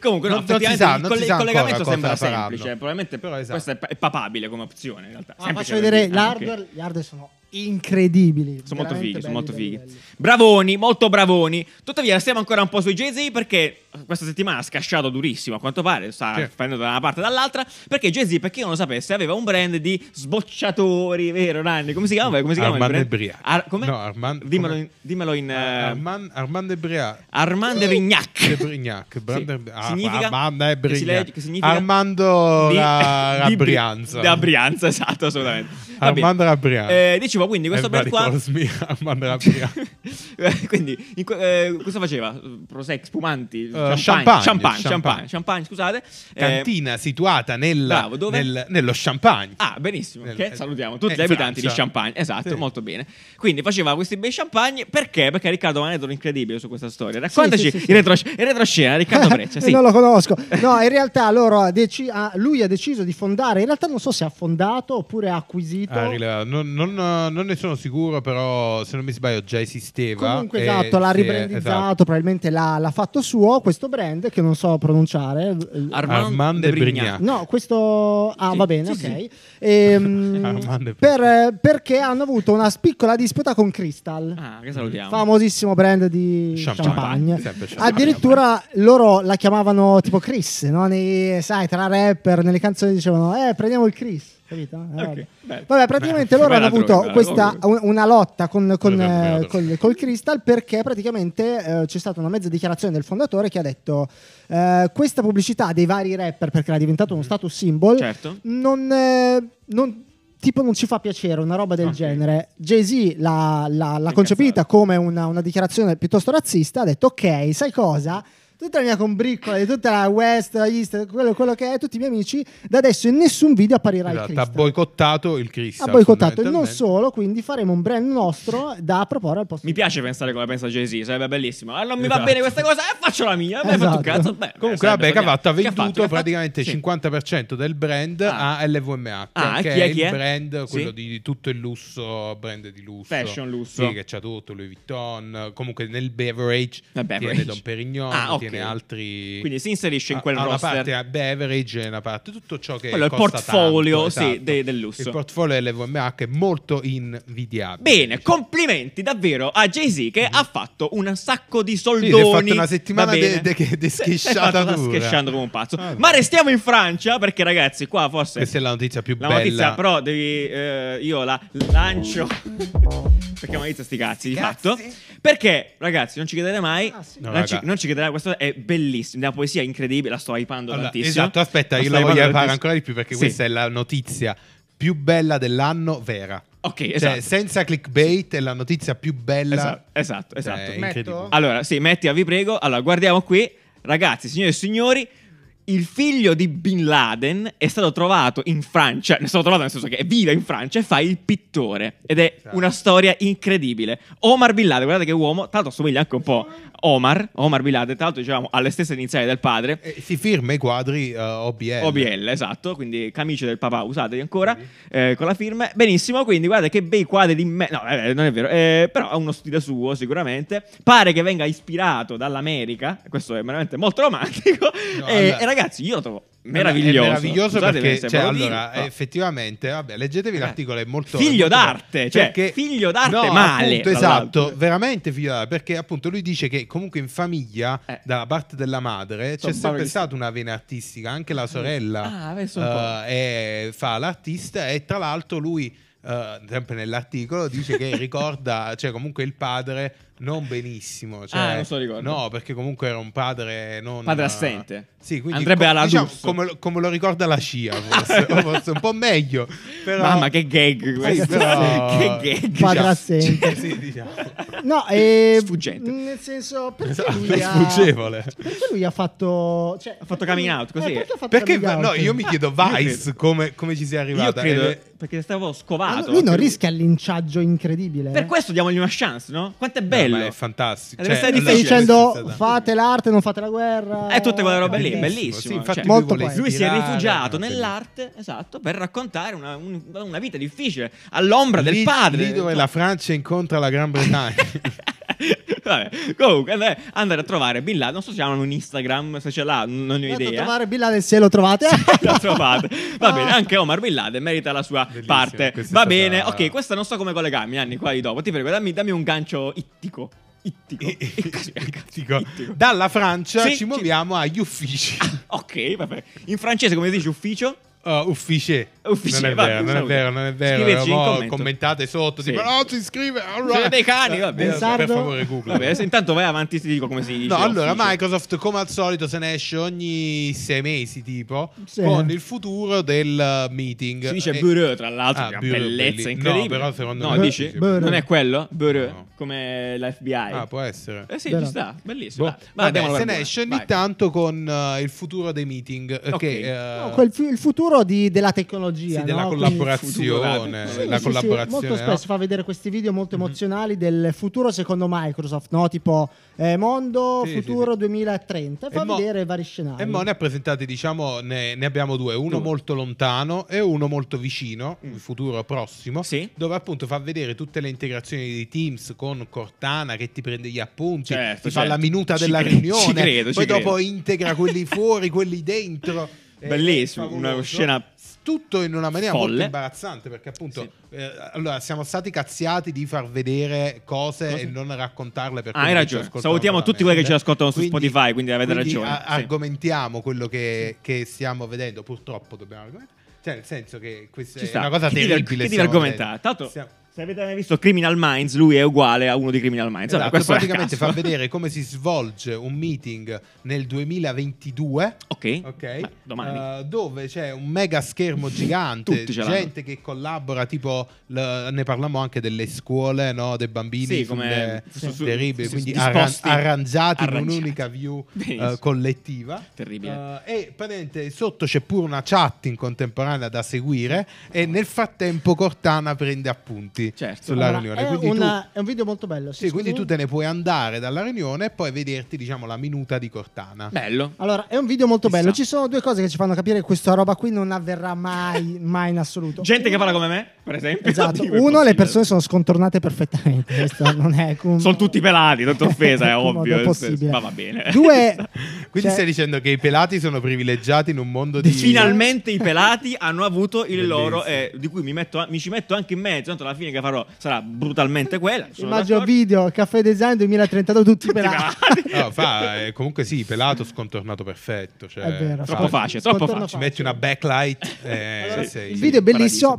Speaker 1: Comunque, no,
Speaker 3: Non- non si
Speaker 1: effettivamente
Speaker 3: sa,
Speaker 1: il,
Speaker 3: non
Speaker 1: coll-
Speaker 3: si
Speaker 1: il
Speaker 3: sa ancora
Speaker 1: collegamento
Speaker 3: cosa
Speaker 1: sembra
Speaker 3: faranno.
Speaker 1: semplice. Probabilmente
Speaker 3: Però esatto.
Speaker 1: questa è, pa- è papabile come opzione, in realtà.
Speaker 2: Ah,
Speaker 1: Semplice
Speaker 2: faccio
Speaker 1: da
Speaker 2: vedere
Speaker 1: dire. Ah, ok.
Speaker 2: l'hardware, gli hardware sono incredibili.
Speaker 1: Sono molto
Speaker 2: veramente
Speaker 1: fighi, sono
Speaker 2: belli,
Speaker 1: molto
Speaker 2: belli,
Speaker 1: fighi.
Speaker 2: belli.
Speaker 1: Bravoni, molto bravoni. Tuttavia, stiamo ancora un po' sui Jay-Z perché questa settimana ha scasciato durissimo, a quanto pare, sta
Speaker 3: Sì.
Speaker 1: prendendo da una parte e dall'altra, perché Jay-Z, per chi non lo sapesse, aveva un brand di sbocciatori, vero Nanni? Come si chiama? Come si chiama
Speaker 3: Armand
Speaker 1: il brand?
Speaker 3: Ebriac.
Speaker 1: Ar- come?
Speaker 3: No, Armand-
Speaker 1: Dimmelo,
Speaker 3: come? Ah,
Speaker 1: in, dimmelo in, eh,
Speaker 3: Armand, Armand Ebrea.
Speaker 1: Armand Brignac.
Speaker 3: De Brignac, Brand-
Speaker 1: Sì.
Speaker 3: Ah,
Speaker 1: Significa?
Speaker 3: Armand e
Speaker 1: Che si
Speaker 3: Brignac.
Speaker 1: legge- che significa?
Speaker 3: Armando
Speaker 1: Di-
Speaker 3: la- la
Speaker 1: di Bri-
Speaker 3: Brianza.
Speaker 1: Da Brianza, esatto, assolutamente. Va bene.
Speaker 3: Armando la Brianza.
Speaker 1: Eh, dicevo, quindi questo brand
Speaker 3: Everybody
Speaker 1: qua...
Speaker 3: calls me Armand la Brianza.
Speaker 1: Eh, Quindi, in que- eh, cosa faceva? Prosec, spumanti, champagne,
Speaker 3: Eh, champagne,
Speaker 1: champagne, champagne,
Speaker 3: champagne.
Speaker 1: champagne, scusate. Eh,
Speaker 3: cantina situata nella-
Speaker 1: bravo, dove?
Speaker 3: nel- nello champagne.
Speaker 1: Ah, benissimo.
Speaker 3: Nel-
Speaker 1: che
Speaker 3: eh,
Speaker 1: salutiamo tutti
Speaker 3: eh,
Speaker 1: gli abitanti di
Speaker 3: Francia.
Speaker 1: Champagne. Esatto,
Speaker 3: Sì.
Speaker 1: molto bene. Quindi faceva questi bei champagne perché? Perché Riccardo ha un aneddoto incredibile su questa storia. Raccontaci
Speaker 2: sì, sì, sì.
Speaker 1: il retros- il retroscena, Riccardo Breccia. Sì.
Speaker 2: non lo conosco. No, in realtà loro ha deci- ha- lui ha deciso di fondare. In realtà non so se ha fondato oppure ha acquisito.
Speaker 3: Ah, rilevato. non, non- non ne sono sicuro, però se non mi sbaglio già esisteva.
Speaker 2: Comunque,
Speaker 3: e
Speaker 2: esatto, l'ha
Speaker 3: si è-
Speaker 2: ribrandizzato,
Speaker 3: Eh, esatto.
Speaker 2: probabilmente l'ha, l'ha fatto suo questo brand che non so pronunciare.
Speaker 3: Armand
Speaker 1: de
Speaker 3: de
Speaker 1: Brignac.
Speaker 3: Brignac.
Speaker 2: No, questo. Ah,
Speaker 1: Sì,
Speaker 2: va bene,
Speaker 1: sì,
Speaker 2: ok.
Speaker 1: sì.
Speaker 2: Ehm,
Speaker 3: Armando
Speaker 2: per- perché hanno avuto una piccola disputa con Crystal.
Speaker 1: Ah, che salutiamo.
Speaker 2: Famosissimo brand di
Speaker 3: Champagne.
Speaker 2: champagne.
Speaker 3: Sempre champagne.
Speaker 2: Addirittura loro la chiamavano tipo Chris, no? Nei, sai, tra rapper, nelle canzoni dicevano, eh, prendiamo il Chris. Capito? Eh,
Speaker 1: Ok,
Speaker 2: vabbè.
Speaker 1: bello.
Speaker 2: Vabbè, praticamente
Speaker 1: Beh,
Speaker 2: loro hanno
Speaker 1: bella
Speaker 2: avuto
Speaker 1: droga, bella
Speaker 2: questa,
Speaker 1: droga.
Speaker 2: un- una lotta con, con,
Speaker 3: Bella droga,
Speaker 2: eh,
Speaker 3: bella droga.
Speaker 2: col, col Crystal perché praticamente eh, c'è stata una mezza dichiarazione del fondatore che ha detto eh, questa pubblicità dei vari rapper perché era diventato uno status symbol
Speaker 1: Certo.
Speaker 2: non, eh, non- tipo non ci fa piacere una roba del
Speaker 1: Ok.
Speaker 2: genere. Jay-Z l'ha, l'ha- l'ha
Speaker 1: Incazzata.
Speaker 3: esatto.
Speaker 2: concepita come una, una dichiarazione piuttosto razzista, ha detto ok, sai cosa? tutta la mia combriccola di tutta la West, la East, quello, quello che è, tutti i miei amici, da adesso in nessun video apparirà
Speaker 3: Esatto,
Speaker 2: il
Speaker 3: ha
Speaker 2: Crystal.
Speaker 3: boicottato il Crystal.
Speaker 2: Ha boicottato e non
Speaker 3: fondamentalmente.
Speaker 2: solo, quindi faremo un brand nostro da proporre al posto.
Speaker 1: Mi piace pensare come pensa Jay-Z, sarebbe bellissimo. Ah, non mi va
Speaker 3: Esatto.
Speaker 1: bene questa cosa, eh, faccio la mia. Mi hai fatto un
Speaker 2: Esatto.
Speaker 1: cazzo. Beh, sarebbe
Speaker 3: Comunque, vabbè,
Speaker 1: sognato.
Speaker 3: Cavatta ha
Speaker 1: Che fatto?
Speaker 3: venduto
Speaker 1: Che ha fatto?
Speaker 3: praticamente
Speaker 1: Sì.
Speaker 3: 50% del brand
Speaker 1: Ah.
Speaker 3: a LVMH,
Speaker 1: Ah,
Speaker 3: che
Speaker 1: chi è,
Speaker 3: è,
Speaker 1: chi
Speaker 3: il
Speaker 1: è?
Speaker 3: brand, quello
Speaker 1: Sì.
Speaker 3: di tutto il lusso, brand di lusso.
Speaker 1: Fashion lusso.
Speaker 3: Sì, che c'ha tutto, Louis Vuitton, comunque nel beverage,
Speaker 1: Nel beverage.
Speaker 3: tiene Don Perignon,
Speaker 1: Ah, ok.
Speaker 3: tiene altri...
Speaker 1: Quindi si inserisce in
Speaker 3: ha-
Speaker 1: quel
Speaker 3: ha una
Speaker 1: roster.
Speaker 3: parte a beverage e una parte, tutto ciò che
Speaker 1: Quello è il
Speaker 3: costa
Speaker 1: portfolio,
Speaker 3: tanto,
Speaker 1: sì,
Speaker 3: esatto.
Speaker 1: de- del lusso.
Speaker 3: Il portfolio LVMH è molto invidiabile.
Speaker 1: Bene,
Speaker 3: diciamo.
Speaker 1: complimenti davvero a Jay-Z che ha fatto un sacco di
Speaker 3: Mhm. si è
Speaker 1: soldoni.
Speaker 3: fatto una settimana
Speaker 1: va bene?
Speaker 3: de- de- che- de
Speaker 1: Si- si è
Speaker 3: schisciata
Speaker 1: fatto una
Speaker 3: dura.
Speaker 1: schisciando come un pazzo.
Speaker 3: Ah,
Speaker 1: Ma
Speaker 3: no.
Speaker 1: restiamo in Francia perché ragazzi, qua forse
Speaker 3: Questa è la notizia più
Speaker 1: La
Speaker 3: bella.
Speaker 1: notizia però devi eh, io la lancio perché mi sti cazzi di fatto. Perché ragazzi, non ci chiedete mai.
Speaker 2: Ah, sì.
Speaker 3: No,
Speaker 1: non, ci,
Speaker 3: raga.
Speaker 1: non ci chiedete mai, questo è bellissimo, la poesia è incredibile, la sto hypando
Speaker 3: Allora,
Speaker 1: tantissimo.
Speaker 3: Esatto, aspetta, io
Speaker 1: sto
Speaker 3: la voglio
Speaker 1: hypando
Speaker 3: fare
Speaker 1: tantissimo.
Speaker 3: ancora di più perché
Speaker 1: Sì.
Speaker 3: questa è la notizia più bella dell'anno vera.
Speaker 1: Ok,
Speaker 3: Cioè,
Speaker 1: esatto.
Speaker 3: senza clickbait è la notizia più bella.
Speaker 1: Esatto, esatto, esatto.
Speaker 3: Cioè, è
Speaker 2: Metto?
Speaker 3: incredibile.
Speaker 1: Allora, sì, mettila, vi prego. Allora, guardiamo qui. Ragazzi, signore e signori, il figlio di Bin Laden è stato trovato in Francia. Ne è stato trovato nel senso che è viva in Francia e fa il pittore. Ed è
Speaker 3: Esatto.
Speaker 1: una storia incredibile. Omar Bin Laden, guardate che uomo, tra l'altro assomiglia anche un po' a Omar. Omar Bin Laden, tra l'altro, diciamo, alle stesse iniziali del padre.
Speaker 3: Eh, si firma i quadri eh, OBL.
Speaker 1: OBL, esatto, quindi camicie del papà, usatevi ancora
Speaker 3: Mhm.
Speaker 1: eh, con la firma. Benissimo, quindi guarda che bei quadri di me. No, eh, non è vero, eh, però ha uno stile suo sicuramente. Pare che venga ispirato dall'America, questo è veramente molto romantico.
Speaker 3: No,
Speaker 1: e,
Speaker 3: allora-
Speaker 1: e ragazzi, io lo trovo
Speaker 3: Allora, è
Speaker 1: meraviglioso.
Speaker 3: meraviglioso
Speaker 1: Scusatemi
Speaker 3: perché
Speaker 1: se oh,
Speaker 3: cioè,
Speaker 1: ve lo dico,
Speaker 3: allora,
Speaker 1: però-
Speaker 3: effettivamente, vabbè, leggetevi
Speaker 1: Eh.
Speaker 3: l'articolo, è molto
Speaker 1: Figlio
Speaker 3: molto-
Speaker 1: d'arte, cioè, figlio d'arte
Speaker 3: no,
Speaker 1: male,
Speaker 3: appunto,
Speaker 1: tra
Speaker 3: esatto,
Speaker 1: l'altro.
Speaker 3: veramente figlio d'arte, perché appunto lui dice che comunque in famiglia
Speaker 1: Eh.
Speaker 3: dalla parte della madre
Speaker 1: Sono
Speaker 3: c'è sempre
Speaker 1: bravissimi.
Speaker 3: stata una vena artistica, anche la sorella
Speaker 1: Ah, adesso un po'.
Speaker 3: eh, è- fa l'artista e tra l'altro lui eh, sempre nell'articolo dice che ricorda, cioè comunque il padre non benissimo, cioè,
Speaker 1: Ah, non se lo ricorda.
Speaker 3: No, perché comunque era un padre non
Speaker 1: Padre assente.
Speaker 3: Sì, quindi
Speaker 1: Andrebbe alla
Speaker 3: diciamo,
Speaker 1: D'Urso.
Speaker 3: come, lo- come lo ricorda la scia, forse, o forse un po' meglio. Però... Eh,
Speaker 1: Mamma, che gag questo! che
Speaker 3: però-
Speaker 1: gag!
Speaker 2: Padre
Speaker 3: Diciamo-
Speaker 2: assente.
Speaker 3: Sì, diciamo.
Speaker 2: No, e mm,
Speaker 1: Sfuggente.
Speaker 2: Nel senso, perché lui
Speaker 3: Esatto, È
Speaker 2: ha-
Speaker 3: sfuggevole.
Speaker 2: Perché lui ha fatto. cioè,
Speaker 1: Ha fatto
Speaker 2: perché-
Speaker 1: coming out, così?
Speaker 2: eh, perché ha fatto
Speaker 3: Perché
Speaker 2: coming
Speaker 3: no,
Speaker 2: out?
Speaker 3: io mi chiedo
Speaker 1: Ah, io
Speaker 3: Vice
Speaker 1: credo.
Speaker 3: come, come ci sia
Speaker 1: Io
Speaker 3: arrivata.
Speaker 1: credo,
Speaker 3: Ed è-
Speaker 1: perché stavo
Speaker 2: Ma
Speaker 1: scovato.
Speaker 2: Ah, lui non
Speaker 1: anche
Speaker 2: rischia eh. il linciaggio incredibile.
Speaker 1: Per questo diamogli una chance, no? Quanto è bello!
Speaker 3: No, ma è fantastico. Cioè,
Speaker 1: Eh, deve essere
Speaker 2: Lui sta
Speaker 1: Allora,
Speaker 2: dicendo
Speaker 3: questa-
Speaker 2: fate l'arte, non fate la guerra.
Speaker 1: Eh, tutte quelle robe lì,
Speaker 2: Eh,
Speaker 1: bellissimo.
Speaker 3: Sì, infatti
Speaker 1: cioè,
Speaker 3: lui
Speaker 2: molto
Speaker 3: vuole
Speaker 2: poetico.
Speaker 1: Lui si è
Speaker 3: ispirare,
Speaker 1: rifugiato
Speaker 3: no,
Speaker 1: nell'arte, esatto, per raccontare una, un- una vita difficile all'ombra del
Speaker 3: Lì-
Speaker 1: padre.
Speaker 3: Lì dove la Francia incontra la Gran Bretagna.
Speaker 1: Vabbè, comunque andare, andare a trovare Bin Laden, non so se hanno un Instagram, se ce l'ha, non ne ho
Speaker 2: Andate a
Speaker 1: idea.
Speaker 2: trovare Bin Laden se lo trovate.
Speaker 1: La trovate. Va bene, anche Omar Bin Laden merita la sua
Speaker 3: Bellissimo,
Speaker 1: parte.
Speaker 3: Ah. questa è
Speaker 1: Va
Speaker 3: stata-
Speaker 1: bene, ok, questa non so come collegarmi, Anni, qua di dopo. Ti prego, dammi, dammi un gancio ittico. Ittico.
Speaker 3: Ittico.
Speaker 1: Ittico.
Speaker 3: Dalla Francia
Speaker 1: Ecco, Sì, ci-
Speaker 3: ci muoviamo agli uffici.
Speaker 1: Ok, vabbè. In francese come si dice ufficio?
Speaker 3: Uh, uffice.
Speaker 1: Uffice,
Speaker 3: non è
Speaker 1: vabbè,
Speaker 3: vero, non è
Speaker 1: salute.
Speaker 3: vero, non è vero.
Speaker 1: Scriveteci in
Speaker 3: Mo'
Speaker 1: commento.
Speaker 3: Commentate sotto,
Speaker 1: Sì.
Speaker 3: tipo no, si scrive. alright."
Speaker 1: Siete dei cani, va bene.
Speaker 3: Eh, Per
Speaker 2: Sardo?
Speaker 3: favore, Google.
Speaker 1: Vabbè, se intanto vai avanti ti dico come si dice.
Speaker 3: No, allora
Speaker 1: ufficio.
Speaker 3: Microsoft come al solito se ne esce ogni sei mesi tipo
Speaker 2: Sì.
Speaker 3: con il futuro del uh, meeting.
Speaker 1: Si dice
Speaker 3: E-
Speaker 1: bureau, tra l'altro,
Speaker 3: Ah,
Speaker 1: una
Speaker 3: bureau,
Speaker 1: bellezza
Speaker 3: belli-
Speaker 1: incredibile.
Speaker 3: No, però secondo
Speaker 1: No,
Speaker 3: me
Speaker 1: dici?
Speaker 2: Bureau.
Speaker 1: Non è quello? Bureau,
Speaker 3: No.
Speaker 1: come l'FBI.
Speaker 3: Ah, può essere.
Speaker 1: eh sì,
Speaker 2: Bureau.
Speaker 1: ci sta, bellissimo.
Speaker 3: Boh.
Speaker 1: Vai, vai,
Speaker 3: Vabbè,
Speaker 1: andiamo alla
Speaker 3: se ne
Speaker 1: buona.
Speaker 3: esce ogni
Speaker 1: Vai.
Speaker 3: tanto con uh, il futuro dei meeting. eh,
Speaker 1: Ok.
Speaker 3: Che, uh,
Speaker 2: No, quel fu- il futuro di- della
Speaker 3: sì,
Speaker 2: tecnologia.
Speaker 3: della
Speaker 2: no? Quindi-
Speaker 1: Sì,
Speaker 2: Sì, sì, sì,
Speaker 3: collaborazione. la collaborazione.
Speaker 2: molto
Speaker 3: no? Mhm.
Speaker 2: spesso fa vedere questi video molto emozionali del futuro secondo Microsoft, no? tipo eh, Mondo
Speaker 3: Sì, sì,
Speaker 2: Futuro
Speaker 3: sì.
Speaker 2: 2030, e fa
Speaker 3: E mo-
Speaker 2: vedere vari scenari.
Speaker 3: E mo ne ha presentati, diciamo, ne, ne abbiamo due, uno
Speaker 1: Due. Mm.
Speaker 3: molto lontano e uno molto vicino, il futuro prossimo,
Speaker 1: Sì.
Speaker 3: dove appunto fa vedere tutte le integrazioni di Teams con Cortana che ti prende gli appunti,
Speaker 1: Certo,
Speaker 3: ti fa
Speaker 1: certo.
Speaker 3: la minuta
Speaker 1: Ci
Speaker 3: della
Speaker 1: cre-
Speaker 3: riunione,
Speaker 1: ci credo, ci
Speaker 3: poi dopo
Speaker 1: credo.
Speaker 3: integra quelli fuori, quelli dentro. È- è
Speaker 1: Bellissimo, una
Speaker 3: favoloso.
Speaker 1: scena
Speaker 3: tutto in una maniera molto
Speaker 1: folle.
Speaker 3: imbarazzante perché appunto
Speaker 1: Sì.
Speaker 3: eh, allora siamo stati cazziati di far vedere cose
Speaker 1: Cose?
Speaker 3: e non raccontarle perché
Speaker 1: Ah, hai
Speaker 3: quelli che ci
Speaker 1: ragione.
Speaker 3: ascoltano
Speaker 1: Salutiamo tutti quelli che ci ascoltano su
Speaker 3: veramente.
Speaker 1: Spotify, quindi avete
Speaker 3: quindi
Speaker 1: ragione,
Speaker 3: a-
Speaker 1: sì.
Speaker 3: argomentiamo quello che, che stiamo vedendo. Purtroppo dobbiamo argomentare. Cioè, nel senso che questa
Speaker 1: Ci
Speaker 3: è
Speaker 1: sta.
Speaker 3: una cosa
Speaker 1: Che devi-
Speaker 3: terribile.
Speaker 1: che devi
Speaker 3: stiamo
Speaker 1: argomentare?
Speaker 3: vedendo.
Speaker 1: Tanto-
Speaker 3: Stiamo-
Speaker 1: Se avete mai visto Criminal Minds, lui è uguale a uno di Criminal Minds. Vabbè,
Speaker 3: Esatto,
Speaker 1: questo è
Speaker 3: praticamente
Speaker 1: a
Speaker 3: fa
Speaker 1: caso.
Speaker 3: vedere come si svolge un meeting nel 2022.
Speaker 1: Ok,
Speaker 3: Ok,
Speaker 1: Beh, domani.
Speaker 3: eh, dove c'è un mega schermo gigante,
Speaker 1: Tutti ce l'hanno.
Speaker 3: gente che collabora, tipo l- ne parliamo anche delle scuole, no, dei bambini
Speaker 1: Sì, come-
Speaker 3: sulle-
Speaker 1: su- su-
Speaker 3: terribili,
Speaker 1: sì,
Speaker 3: quindi
Speaker 1: sì, disposti.
Speaker 3: arran- arrangiati in
Speaker 1: Arrangiati.
Speaker 3: un'unica view eh,
Speaker 1: Benissimo.
Speaker 3: collettiva.
Speaker 1: Terribile.
Speaker 3: Eh, e praticamente sotto c'è pure una chat in contemporanea da seguire e nel frattempo Cortana prende appunti
Speaker 1: Certo.
Speaker 3: sulla
Speaker 2: Allora,
Speaker 3: riunione.
Speaker 2: è,
Speaker 3: Quindi tu-
Speaker 2: una- è un video molto bello.
Speaker 3: sì, quindi tu
Speaker 2: scusa.
Speaker 3: te ne puoi andare dalla riunione e poi vederti, diciamo, la minuta di Cortana.
Speaker 1: Bello.
Speaker 2: Allora, è un video molto
Speaker 1: Chissà.
Speaker 2: bello. Ci sono due cose che ci fanno capire che questa roba qui non avverrà mai, mai in assoluto.
Speaker 1: Gente che parla come me, per esempio.
Speaker 2: Esatto.
Speaker 1: Tipo, è
Speaker 2: Uno,
Speaker 1: possibile.
Speaker 2: le persone sono scontornate perfettamente. Questo non è alcun-
Speaker 1: Sono tutti pelati, tutta offesa, è
Speaker 2: in modo
Speaker 1: ovvio.
Speaker 2: possibile.
Speaker 1: Ma va bene.
Speaker 2: Due,
Speaker 3: Quindi
Speaker 2: cioè,
Speaker 3: stai dicendo che i pelati sono privilegiati in un mondo di...
Speaker 1: Finalmente i pelati hanno avuto il
Speaker 3: Bellissimo.
Speaker 1: loro, eh, di cui mi, metto- mi ci metto anche in mezzo. Tanto alla fine che farò sarà brutalmente quella. sono
Speaker 2: immagino
Speaker 1: d'accordo.
Speaker 2: video, caffè design 2032, tutti pelati.
Speaker 3: No, fa, eh, comunque sì, pelato scontornato perfetto. Cioè,
Speaker 2: È vero.
Speaker 1: Troppo
Speaker 3: fa-
Speaker 1: facile, troppo
Speaker 2: Scontorno
Speaker 3: Ci
Speaker 1: facile.
Speaker 3: metti una backlight. eh,
Speaker 1: Allora,
Speaker 3: sei-
Speaker 2: Il video è bellissimo,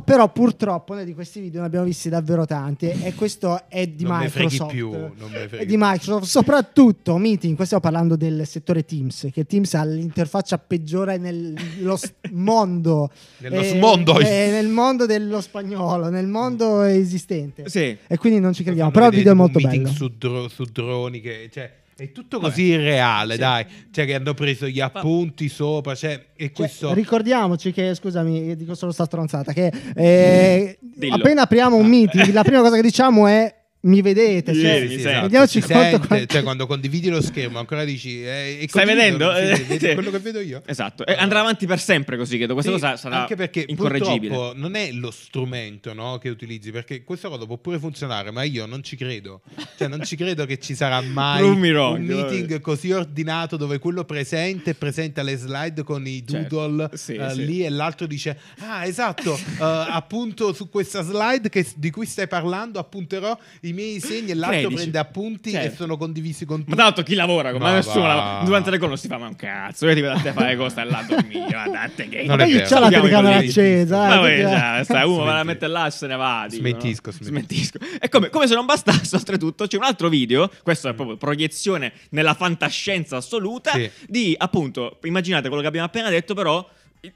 Speaker 1: paradiso.
Speaker 2: però purtroppo noi di questi video ne abbiamo visti davvero tanti e questo è di
Speaker 3: Non me freghi
Speaker 2: Microsoft.
Speaker 3: più, non me freghi
Speaker 2: è di
Speaker 3: più.
Speaker 2: Microsoft, soprattutto Meeting, qua stiamo parlando del settore Teams, che Teams ha l'interfaccia peggiore nello s- mondo.
Speaker 3: Nello smondo.
Speaker 2: eh, nel mondo dello spagnolo, nel mondo esistente.
Speaker 1: Sì.
Speaker 2: E quindi non ci crediamo,
Speaker 3: Fanno
Speaker 2: però il video è molto
Speaker 3: vedere tipo un
Speaker 2: bello.
Speaker 3: meeting Su, dro- su droni che... Cioè, è tutto
Speaker 1: Vabbè.
Speaker 3: così irreale,
Speaker 1: Sì.
Speaker 3: dai. Cioè, che hanno preso gli appunti sopra. Cioè, e
Speaker 2: Cioè,
Speaker 3: questo...
Speaker 2: ricordiamoci che, scusami, io dico solo sta stronzata, che eh,
Speaker 1: Dillo.
Speaker 2: appena apriamo un
Speaker 1: Ah.
Speaker 2: meeting, la prima cosa che diciamo è mi vedete,
Speaker 1: Sì,
Speaker 2: cioè,
Speaker 1: sì, sì, esatto.
Speaker 2: rendiamoci
Speaker 3: Si
Speaker 2: conto
Speaker 3: sente,
Speaker 2: quanto-
Speaker 3: cioè, quando condividi lo schermo ancora dici eh, e
Speaker 1: Stai
Speaker 3: condivido,
Speaker 1: vedendo?
Speaker 3: sì,
Speaker 1: Eh,
Speaker 3: vedi
Speaker 1: sì.
Speaker 3: quello che vedo io
Speaker 1: Esatto. E andrà avanti per sempre così, credo. Questa
Speaker 3: Sì,
Speaker 1: cosa sarà
Speaker 3: anche perché
Speaker 1: incorreggibile.
Speaker 3: purtroppo non è lo strumento no, che utilizzi perché questa cosa può pure funzionare ma io non ci credo cioè non ci credo che ci sarà mai
Speaker 1: Prove me wrong,
Speaker 3: un
Speaker 1: vabbè.
Speaker 3: meeting così ordinato dove quello presente presenta le slide con i
Speaker 1: Certo.
Speaker 3: doodle
Speaker 1: Sì,
Speaker 3: eh,
Speaker 1: sì.
Speaker 3: lì e l'altro dice ah esatto eh, appunto su questa slide che- di cui stai parlando appunterò i miei segni e l'altro
Speaker 1: Credici.
Speaker 3: prende appunti
Speaker 1: Certo.
Speaker 3: e sono condivisi con
Speaker 1: Ma
Speaker 3: tutti
Speaker 1: tanto chi lavora come
Speaker 3: Ma
Speaker 1: nessuno
Speaker 3: va.
Speaker 1: lavora- durante le call non si fa ma un cazzo. Io ti vedo a te fare cosa là a dormire. Ma date che
Speaker 3: Non è
Speaker 2: Ma io
Speaker 3: vero.
Speaker 2: c'ho la
Speaker 1: Abbiamo i
Speaker 2: telecamera
Speaker 1: colleghi.
Speaker 2: accesa.
Speaker 1: Ma
Speaker 2: eh,
Speaker 1: poi,
Speaker 2: perché-
Speaker 1: già, sta uno me la
Speaker 3: Esatto, Smetti.
Speaker 1: mette là e se ne va. dicono.
Speaker 3: Smentisco,
Speaker 1: smentisco. E come, come se non bastasse, oltretutto, c'è un altro video. Questo è proprio proiezione nella fantascienza assoluta.
Speaker 3: Mm. Sì.
Speaker 1: Di appunto, immaginate quello che abbiamo appena detto, però.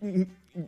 Speaker 1: mm,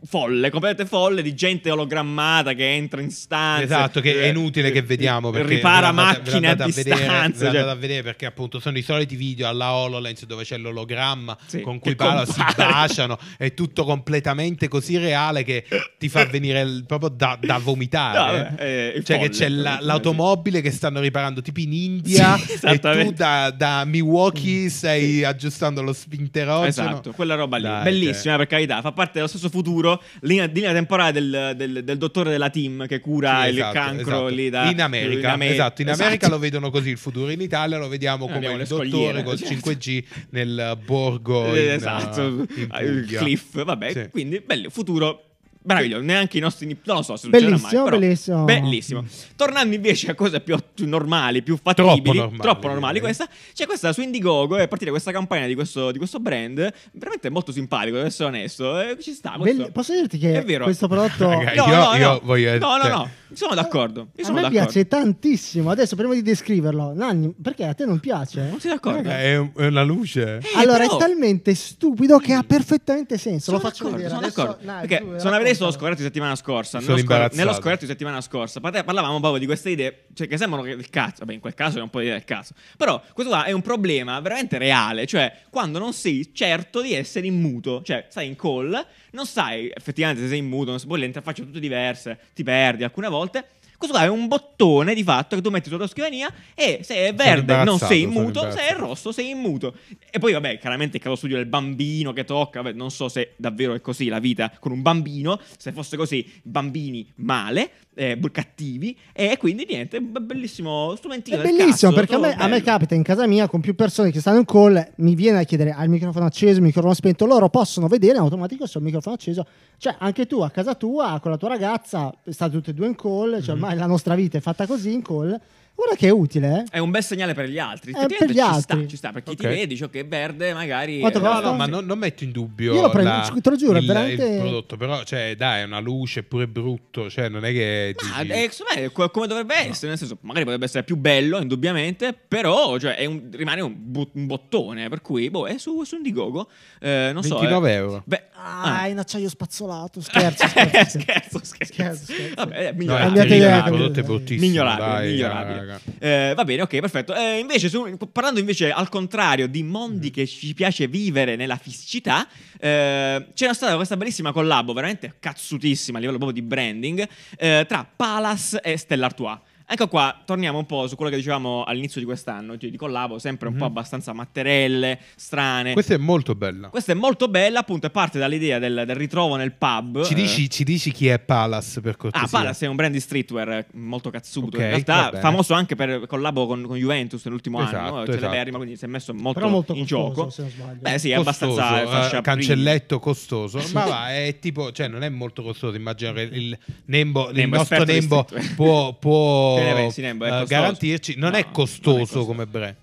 Speaker 1: Folle, completamente folle di gente ologrammata che entra in stanza.
Speaker 3: Esatto, che è inutile che vediamo perché
Speaker 1: Eh, ripara
Speaker 3: ve l'andate- ve
Speaker 1: macchine a
Speaker 3: l'andate vedere- ve
Speaker 1: distanza.
Speaker 3: l'andate
Speaker 1: cioè-
Speaker 3: a vedere perché appunto sono i soliti video alla HoloLens dove c'è l'ologramma
Speaker 1: Sì,
Speaker 3: con
Speaker 1: che
Speaker 3: cui parla, si
Speaker 1: compare.
Speaker 3: baciano, è tutto completamente così reale che ti fa venire il- proprio da, da
Speaker 1: No,
Speaker 3: vomitare.
Speaker 1: vabbè, è- è
Speaker 3: cioè
Speaker 1: folle,
Speaker 3: che c'è la-
Speaker 1: sì.
Speaker 3: l'automobile che stanno riparando tipo in India
Speaker 1: Sì,
Speaker 3: e tu
Speaker 1: esattamente. Mm.
Speaker 3: da, da Milwaukee stai aggiustando lo spinterogeno.
Speaker 1: Esatto, quella roba lì,
Speaker 3: Dai,
Speaker 1: bellissima
Speaker 3: cioè.
Speaker 1: per carità, fa parte dello stesso futuro, linea, linea temporale del, del- del dottore della team che cura
Speaker 3: Sì,
Speaker 1: il
Speaker 3: esatto,
Speaker 1: cancro
Speaker 3: esatto.
Speaker 1: lì da,
Speaker 3: in America,
Speaker 1: Amer-
Speaker 3: esatto, in
Speaker 1: esatto. Eh,
Speaker 3: America lo vedono così il futuro in Italia lo vediamo come
Speaker 1: Abbiamo
Speaker 3: il
Speaker 1: le
Speaker 3: dottore
Speaker 1: scogliere,
Speaker 3: col
Speaker 1: certo.
Speaker 3: 5G nel borgo in,
Speaker 1: Eh,
Speaker 3: eh,
Speaker 1: esatto,
Speaker 3: in
Speaker 1: il
Speaker 3: Puglia.
Speaker 1: cliff, vabbè,
Speaker 3: Sì.
Speaker 1: quindi bello, futuro meraviglioso, neanche i nostri nip- non lo so se
Speaker 2: Bellissimo,
Speaker 1: succederà mai, però
Speaker 2: bellissimo.
Speaker 1: bellissimo. Tornando invece a cose più più normali, più fattibili,
Speaker 3: Troppo normali,
Speaker 1: normali
Speaker 3: direi.
Speaker 1: questa, c'è questa su Indiegogo è partita questa campagna di questo, di questo brand, veramente molto simpatico, devo essere onesto, eh, ci sta, questo-
Speaker 2: Belli- Posso dirti che
Speaker 1: È vero.
Speaker 2: questo prodotto
Speaker 3: Ragazzi,
Speaker 1: No,
Speaker 3: Io-
Speaker 1: no,
Speaker 3: io
Speaker 1: no.
Speaker 3: voglio-
Speaker 1: no, no,
Speaker 3: cioè-
Speaker 1: no, sono d'accordo. Io sono
Speaker 2: a me
Speaker 1: d'accordo.
Speaker 2: piace tantissimo. Adesso prima di descriverlo, Nanni, perché a te non piace?
Speaker 1: Non sei d'accordo?
Speaker 3: Raga, è, un- è una luce.
Speaker 1: Eh,
Speaker 2: Allora,
Speaker 1: però-
Speaker 2: è talmente stupido che ha perfettamente senso.
Speaker 1: sono
Speaker 2: Lo faccio
Speaker 1: d'accordo,
Speaker 2: vedere.
Speaker 1: sono
Speaker 2: Adesso-
Speaker 1: d'accordo.
Speaker 2: Nanni,
Speaker 1: Perché
Speaker 2: tu,
Speaker 1: sono adesso l'ho
Speaker 2: raccontalo.
Speaker 1: scorretto di settimana scorsa.
Speaker 3: Sono
Speaker 1: nello scor-
Speaker 3: imbarazzato.
Speaker 1: nello scorretto di settimana scorsa. Parla- Parlavamo proprio di queste idee. Cioè, che sembrano che- del cazzo. Vabbè, in quel caso è un po' di idea del cazzo. Però questo qua è un problema veramente reale. Cioè, quando non sei certo di essere in muto, cioè, stai in call, non sai effettivamente se sei in muto, non so, poi le interfacce sono tutte diverse, ti perdi alcune volte. Questo qua è un bottone di fatto che tu metti sulla tua scrivania e se è verde non
Speaker 3: imbarazzato,
Speaker 1: sei in
Speaker 3: sono
Speaker 1: muto, se è
Speaker 3: imbarazzato.
Speaker 1: rosso sei in muto. E poi, vabbè, chiaramente il caso studio del bambino che tocca. Vabbè, non so se davvero è così la vita con un bambino. Se fosse così, bambini male, eh, b- cattivi. E quindi niente, be- bellissimo
Speaker 2: È
Speaker 1: strumentino. del
Speaker 2: bellissimo
Speaker 1: cazzo,
Speaker 2: perché a me,
Speaker 1: tutto
Speaker 2: a me
Speaker 1: bello.
Speaker 2: capita in casa mia con più persone che stanno in call, mi viene a chiedere al microfono acceso, il microfono spento, loro possono vedere in automatico se ho il microfono acceso, cioè anche tu a Mm-hmm. casa tua con la tua ragazza state tutte e due in call, cioè ormai la nostra vita è fatta così in call Guarda che è utile, eh.
Speaker 1: È un bel segnale per gli altri.
Speaker 2: Eh,
Speaker 1: Effettivamente
Speaker 2: per gli
Speaker 1: ci
Speaker 2: altri.
Speaker 1: sta, ci sta. Perché
Speaker 3: Ok.
Speaker 1: ti vedi ciò che è verde, magari.
Speaker 2: Quanto
Speaker 1: eh,
Speaker 3: No,
Speaker 2: costa?
Speaker 3: no, ma non, non metto in dubbio
Speaker 2: Io lo prendo,
Speaker 3: la-
Speaker 2: te lo giuro, è
Speaker 3: il,
Speaker 2: veramente-
Speaker 3: il prodotto, però cioè, dai, è una luce, è pure brutto, cioè non è che...
Speaker 1: Ma
Speaker 3: dici-
Speaker 1: eh, secondo me è co- come dovrebbe essere, nel senso, magari potrebbe essere più bello, indubbiamente, però cioè, è un- rimane un, bu- un bottone, per cui boh, è su, su Indiegogo, eh, non so... eh.
Speaker 3: 29 euro.
Speaker 1: Beh,
Speaker 2: Ah,
Speaker 1: ah.
Speaker 2: è in acciaio spazzolato. Scherzo, scherzo.
Speaker 1: scherzo, scherzo.
Speaker 2: Scherzo, scherzo.
Speaker 1: Vabbè, è
Speaker 3: No, è
Speaker 1: migliorabile.
Speaker 2: Cambiate
Speaker 3: terribile,
Speaker 2: idea,
Speaker 3: il prodotto è
Speaker 2: cambiate-
Speaker 3: bruttissimo.
Speaker 1: Migliorabile,
Speaker 3: dai,
Speaker 1: migliorabile.
Speaker 3: raga.
Speaker 1: Eh, va bene, ok, perfetto. Eh, invece, su- parlando invece al contrario di mondi
Speaker 3: Mm.
Speaker 1: che ci piace vivere nella fisicità, eh, c'era stata questa bellissima collabo, veramente cazzutissima a livello proprio di branding, eh, tra Palace e Stella Artois. Ecco qua, torniamo un po' su quello che dicevamo all'inizio di quest'anno, cioè di collabo sempre un po'
Speaker 3: Mhm.
Speaker 1: abbastanza matterelle, strane.
Speaker 3: Questa è molto bella.
Speaker 1: Questa è molto bella, appunto, e parte dall'idea del, del ritrovo nel pub.
Speaker 3: Ci
Speaker 1: eh,
Speaker 3: dici, ci dici chi è Palace per cortesia?
Speaker 1: Ah, Palace è un brand di streetwear eh, molto cazzuto.
Speaker 3: Ok,
Speaker 1: in
Speaker 3: va
Speaker 1: realtà,
Speaker 3: bene.
Speaker 1: famoso anche per collabo con, con Juventus nell'ultimo
Speaker 3: Esatto,
Speaker 1: anno, eh,
Speaker 3: esatto.
Speaker 1: celeberrima, quindi si è messo molto,
Speaker 2: Però molto
Speaker 1: in
Speaker 2: costoso,
Speaker 1: gioco.
Speaker 2: se non sbaglio.
Speaker 1: Beh, sì, è
Speaker 3: Costoso,
Speaker 1: abbastanza
Speaker 3: eh,
Speaker 1: fascia prima.
Speaker 3: cancelletto costoso, ma va, è tipo, cioè non è molto costoso. Immagino che il Nembo, il
Speaker 1: Nembo,
Speaker 3: nostro
Speaker 1: esperto di
Speaker 3: Nembo
Speaker 1: streetwear.
Speaker 3: può, può,
Speaker 1: Tenere, sì, Nembo, è
Speaker 3: eh,
Speaker 1: costoso.
Speaker 3: garantirci. Non
Speaker 1: No, non
Speaker 3: è
Speaker 1: è
Speaker 3: costoso
Speaker 1: costoso.
Speaker 3: come brand.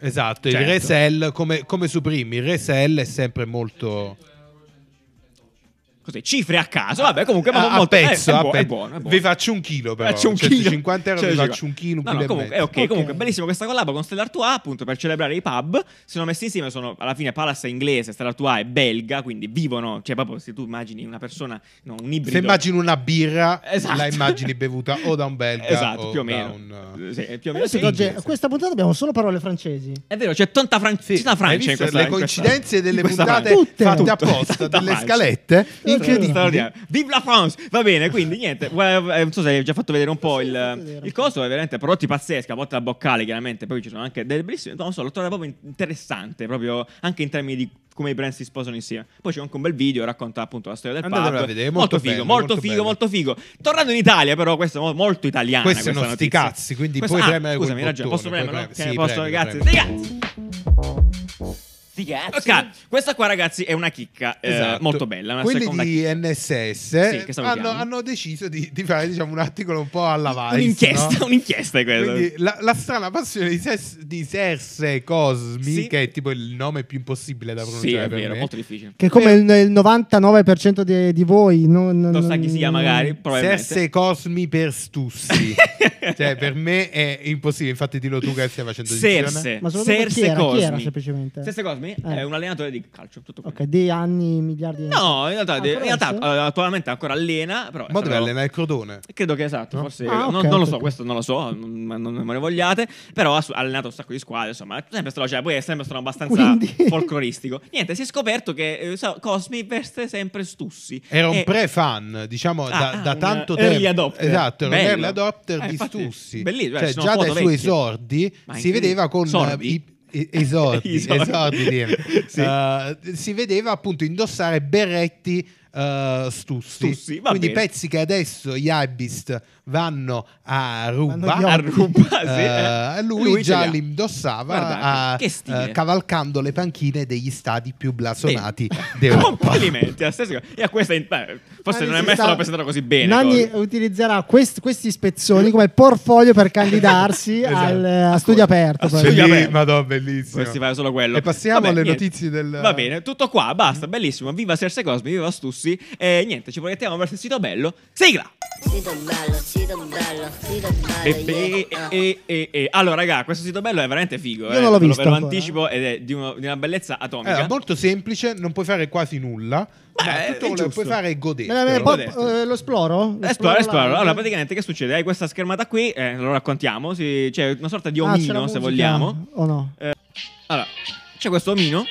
Speaker 3: Esatto, il
Speaker 1: Certo.
Speaker 3: resell come, come Supreme, il resell è sempre molto
Speaker 1: Così, cifre a caso, vabbè, comunque, ma
Speaker 3: a, a
Speaker 1: molto, eh,
Speaker 3: pezzo,
Speaker 1: è,
Speaker 3: a
Speaker 1: buono, è
Speaker 3: pezzo.
Speaker 1: buono, è buono.
Speaker 3: Vi faccio un chilo però,
Speaker 1: Faccio un
Speaker 3: 150 euro,
Speaker 1: Cioè,
Speaker 3: vi
Speaker 1: sì,
Speaker 3: faccio un chilo, un
Speaker 1: no,
Speaker 3: chilo
Speaker 1: no,
Speaker 3: e
Speaker 1: comunque,
Speaker 3: mezzo.
Speaker 1: eh, ok, comunque, bellissimo questa collab con Stella Artois, appunto, per celebrare i pub. Si sono messi insieme, sono alla fine Palace è inglese, Stella Artois è belga, quindi vivono, cioè proprio se tu immagini una persona, no, un ibrido.
Speaker 3: Se immagini una birra,
Speaker 1: Esatto.
Speaker 3: la immagini bevuta o da un belga
Speaker 1: Esatto,
Speaker 3: o
Speaker 1: più o
Speaker 3: da
Speaker 1: meno.
Speaker 3: un, eh,
Speaker 1: Sì, più o meno
Speaker 2: Adesso
Speaker 1: sì.
Speaker 2: che oggi- questa puntata abbiamo solo parole francesi.
Speaker 1: È vero, c'è tanta Fran-
Speaker 3: Sì,
Speaker 1: c'è tanta
Speaker 3: hai
Speaker 1: Francia
Speaker 3: visto
Speaker 1: in questa
Speaker 3: le
Speaker 1: in questa-
Speaker 3: coincidenze delle
Speaker 1: in questa
Speaker 3: puntate
Speaker 1: Francia.
Speaker 2: Tutte.
Speaker 3: fatte
Speaker 2: Tutto,
Speaker 3: apposta,
Speaker 1: tanta
Speaker 3: delle
Speaker 1: Francia.
Speaker 3: scalette
Speaker 2: Incredibile.
Speaker 3: incredibili.
Speaker 1: Straordinario. Vive la France! Va bene, quindi niente. guarda, eh, Non so se hai già fatto vedere un po'
Speaker 2: Sì, ho fatto
Speaker 1: il,
Speaker 2: vedere.
Speaker 1: il coso, è veramente prodotti pazzeschi, a volte la boccale, chiaramente. Poi ci sono anche delle bellissime. Non so, lo trovo proprio interessante, proprio anche in termini di come i brand si sposano insieme. Poi c'è anche un bel video, racconta appunto la storia del
Speaker 3: Andatelo
Speaker 1: pub.
Speaker 3: a vedere, è molto
Speaker 1: molto,
Speaker 3: bello,
Speaker 1: figo, molto,
Speaker 3: molto
Speaker 1: figo,
Speaker 3: bello.
Speaker 1: molto figo. Tornando in Italia, però, questo è mo- molto italiano.
Speaker 3: Questi sono sti cazzi, quindi puoi premere quel
Speaker 1: ah, Scusami, hai ragione, posso
Speaker 3: bottone,
Speaker 1: premere?
Speaker 3: puoi
Speaker 1: no? Ok,
Speaker 3: premere- sì,
Speaker 1: posso,
Speaker 3: premi,
Speaker 1: ragazzi.
Speaker 3: premi.
Speaker 1: Sti cazzi! Ok, questa qua ragazzi è una chicca eh,
Speaker 3: Esatto.
Speaker 1: molto bella. Una
Speaker 3: Quelli
Speaker 1: seconda
Speaker 3: di NSS
Speaker 1: che salutiamo.
Speaker 3: hanno, hanno deciso di, di fare diciamo, un articolo un po' alla Vice
Speaker 1: Un'inchiesta,
Speaker 3: no?
Speaker 1: un'inchiesta è quella.
Speaker 3: Quindi la, la strana passione di, Ses- di Serse Cosmi,
Speaker 1: Sì.
Speaker 3: che è tipo il nome più impossibile da pronunciare
Speaker 1: sì, è
Speaker 3: per
Speaker 1: vero,
Speaker 3: me.
Speaker 1: molto difficile.
Speaker 2: Che come il, il 99% di, di voi non,
Speaker 1: Non sa chi sia, magari, probabilmente.
Speaker 3: Mm. Serse Cosmi per Stussi. cioè, per me è impossibile. Infatti, dillo tu che stai facendo edizione.
Speaker 1: Serse,
Speaker 2: eh? Ma soprattutto chi
Speaker 1: Serse
Speaker 2: era? Chi era
Speaker 1: Cosmi.
Speaker 2: semplicemente?
Speaker 1: Serse Cosmi
Speaker 2: Eh.
Speaker 1: è un allenatore di calcio, tutto qui.
Speaker 2: Ok, di anni, miliardi di anni.
Speaker 1: No, in realtà,
Speaker 2: Ah,
Speaker 1: in realtà,
Speaker 2: adesso?
Speaker 1: eh, attualmente ancora allena, però è
Speaker 3: Ma dove
Speaker 1: stato-
Speaker 3: allena il Crotone?
Speaker 1: Credo che esatto,
Speaker 3: No?
Speaker 1: forse
Speaker 2: Ah, ok,
Speaker 1: non, non lo so,
Speaker 2: ok.
Speaker 1: questo non lo so, non, ma non me ne vogliate, però ha su- ha allenato un sacco di squadre, insomma, è sempre stato, cioè, poi è sempre stato abbastanza
Speaker 2: Quindi-
Speaker 1: folcloristico. Niente, si è scoperto che eh, so- Cosmi veste sempre Stussi.
Speaker 3: Era un
Speaker 1: E-
Speaker 3: pre-fan, diciamo, da,
Speaker 1: Ah,
Speaker 3: da
Speaker 1: un
Speaker 3: tanto tempo.
Speaker 1: early adopter.
Speaker 3: Esatto, era un
Speaker 1: Bello.
Speaker 3: early adopter
Speaker 1: Eh,
Speaker 3: di
Speaker 1: infatti,
Speaker 3: Stussi.
Speaker 1: bellissimo, eh,
Speaker 3: Cioè,
Speaker 1: ci sono
Speaker 3: già
Speaker 1: foto
Speaker 3: dai suoi
Speaker 1: vecchie.
Speaker 3: esordi
Speaker 1: Ma
Speaker 3: si
Speaker 1: incredibile.
Speaker 3: vedeva con
Speaker 1: Sordi?
Speaker 3: eh, i- i- Esordi,
Speaker 1: Esordi.
Speaker 3: esordi, direi.
Speaker 1: Sì.
Speaker 3: Eh, si vedeva appunto indossare berretti eh, stussi,
Speaker 1: Stussi, va
Speaker 3: quindi
Speaker 1: bene.
Speaker 3: pezzi che adesso gli Ibist vanno a
Speaker 2: Vanno
Speaker 3: ruba,
Speaker 2: gli
Speaker 1: a
Speaker 2: Oddi.
Speaker 1: ruba, sì,
Speaker 3: Eh,
Speaker 1: eh.
Speaker 3: lui,
Speaker 1: ce
Speaker 3: già
Speaker 1: li ha.
Speaker 3: li indossava
Speaker 1: Guardate,
Speaker 3: ah,
Speaker 1: che stile.
Speaker 3: eh, cavalcando le panchine degli stadi più blasonati
Speaker 1: Bene.
Speaker 3: d'Europa.
Speaker 1: Complimenti, la stessa cosa. E a questa, in- beh, forse non è mai
Speaker 2: Nanni
Speaker 1: stato
Speaker 2: sta-
Speaker 1: presentato così bene.
Speaker 2: Nanni
Speaker 1: Cosmi.
Speaker 2: utilizzerà quest- questi spezzoni come portfolio per candidarsi
Speaker 3: Esatto.
Speaker 2: al- eh, a studio aperto.
Speaker 1: A
Speaker 2: poi.
Speaker 1: studio-
Speaker 3: Sì,
Speaker 1: Vabbè.
Speaker 3: madonna, bellissimo.
Speaker 1: Potresti fare solo quello.
Speaker 3: Cioè, E passiamo
Speaker 1: Vabbè,
Speaker 3: alle
Speaker 1: niente.
Speaker 3: notizie del... Mm.
Speaker 1: Va bene, tutto qua, basta, bellissimo. Viva Serse Cosmi, viva Stussi. E niente, ci proiettiamo verso il sito bello. Sigla!
Speaker 5: Sito bello, sito bello, sito
Speaker 1: E,
Speaker 5: bello.
Speaker 1: e-
Speaker 2: ah.
Speaker 5: yeah.
Speaker 1: e- e- e- Allora, raga, questo sito bello è veramente figo.
Speaker 2: Io
Speaker 1: eh.
Speaker 2: non l'ho
Speaker 1: Ve lo-
Speaker 2: visto
Speaker 1: Ve lo
Speaker 2: ancora.
Speaker 1: anticipo ed è di, uno- di una bellezza atomica.
Speaker 3: Allora, Eh, molto semplice, non puoi fare quasi nulla,
Speaker 1: Beh,
Speaker 3: ma tutto
Speaker 1: Eh, è
Speaker 3: quello che
Speaker 1: giusto.
Speaker 3: puoi fare è godere.
Speaker 2: Me- me-
Speaker 1: l'ho
Speaker 2: po-
Speaker 1: detto.
Speaker 2: eh, lo esploro? Lo
Speaker 1: Esplora, esplora.
Speaker 2: live?
Speaker 1: Allora, praticamente che succede? Hai questa schermata qui, eh, lo raccontiamo, sì, c'è una sorta di
Speaker 2: Ah, c'è la
Speaker 1: omino, se
Speaker 2: musica,
Speaker 1: vogliamo. Eh,
Speaker 2: O no?
Speaker 1: Allora, c'è questo omino.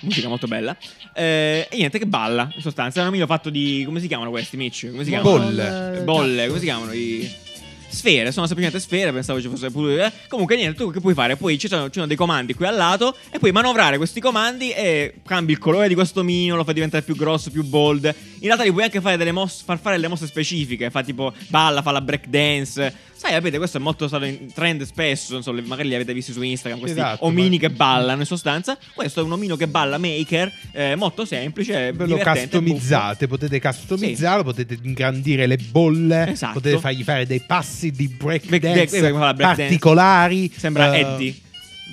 Speaker 1: Musica molto bella. eh, e niente, che balla. In sostanza, è un omino fatto di. come si chiamano questi, Mitch? Come si chiamano?
Speaker 3: Bolle.
Speaker 1: Eh, Bolle, come si chiamano? I... Sfere, sono semplicemente sfere, pensavo ci fosse pure. eh. Comunque, niente, tu che puoi fare? Poi ci sono, ci sono dei comandi qui al lato e puoi manovrare questi comandi e cambi il colore di questo omino, lo fai diventare più grosso, più bold. In realtà li puoi anche fare delle mosse, far fare delle mosse specifiche. Fa tipo balla, fa la break dance. Sai, capite, questo è molto stato in trend spesso. Non so, le- magari li avete visti su Instagram. Questi
Speaker 3: Esatto,
Speaker 1: omini
Speaker 3: ma-
Speaker 1: che ballano, in sostanza. Questo è un omino che balla maker. eh, molto semplice.
Speaker 3: Ve lo
Speaker 1: divertente, buffo.
Speaker 3: customizzate, potete customizzarlo, potete ingrandire le bolle,
Speaker 1: Esatto.
Speaker 3: potete fargli fare dei passi di break,
Speaker 1: Break-
Speaker 3: dance
Speaker 1: break- break- break dance.
Speaker 3: particolari.
Speaker 1: Sembra
Speaker 3: eh,
Speaker 1: Eddie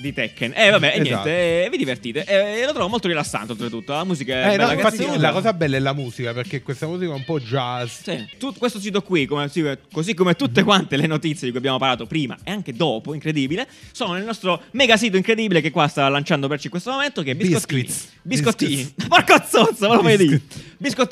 Speaker 1: di Tekken. E vabbè, e
Speaker 3: Esatto.
Speaker 1: niente, eh, vi divertite. E lo trovo molto rilassante, oltretutto. La musica è
Speaker 3: eh, no,
Speaker 1: bella
Speaker 3: infatti
Speaker 1: cazzina.
Speaker 3: la cosa bella è la musica, perché questa musica è un po' jazz.
Speaker 1: Sì. Tu- questo sito qui, come- sì, così come tutte quante le notizie di cui abbiamo parlato prima e anche dopo, incredibile, sono nel nostro mega sito incredibile che qua sta lanciando perci in questo momento, che è Biscottini.
Speaker 3: Biscuits.
Speaker 1: Biscottini.
Speaker 3: Biscuits.
Speaker 1: Porco zozzo, ve lo puoi dire.
Speaker 3: Biscuit.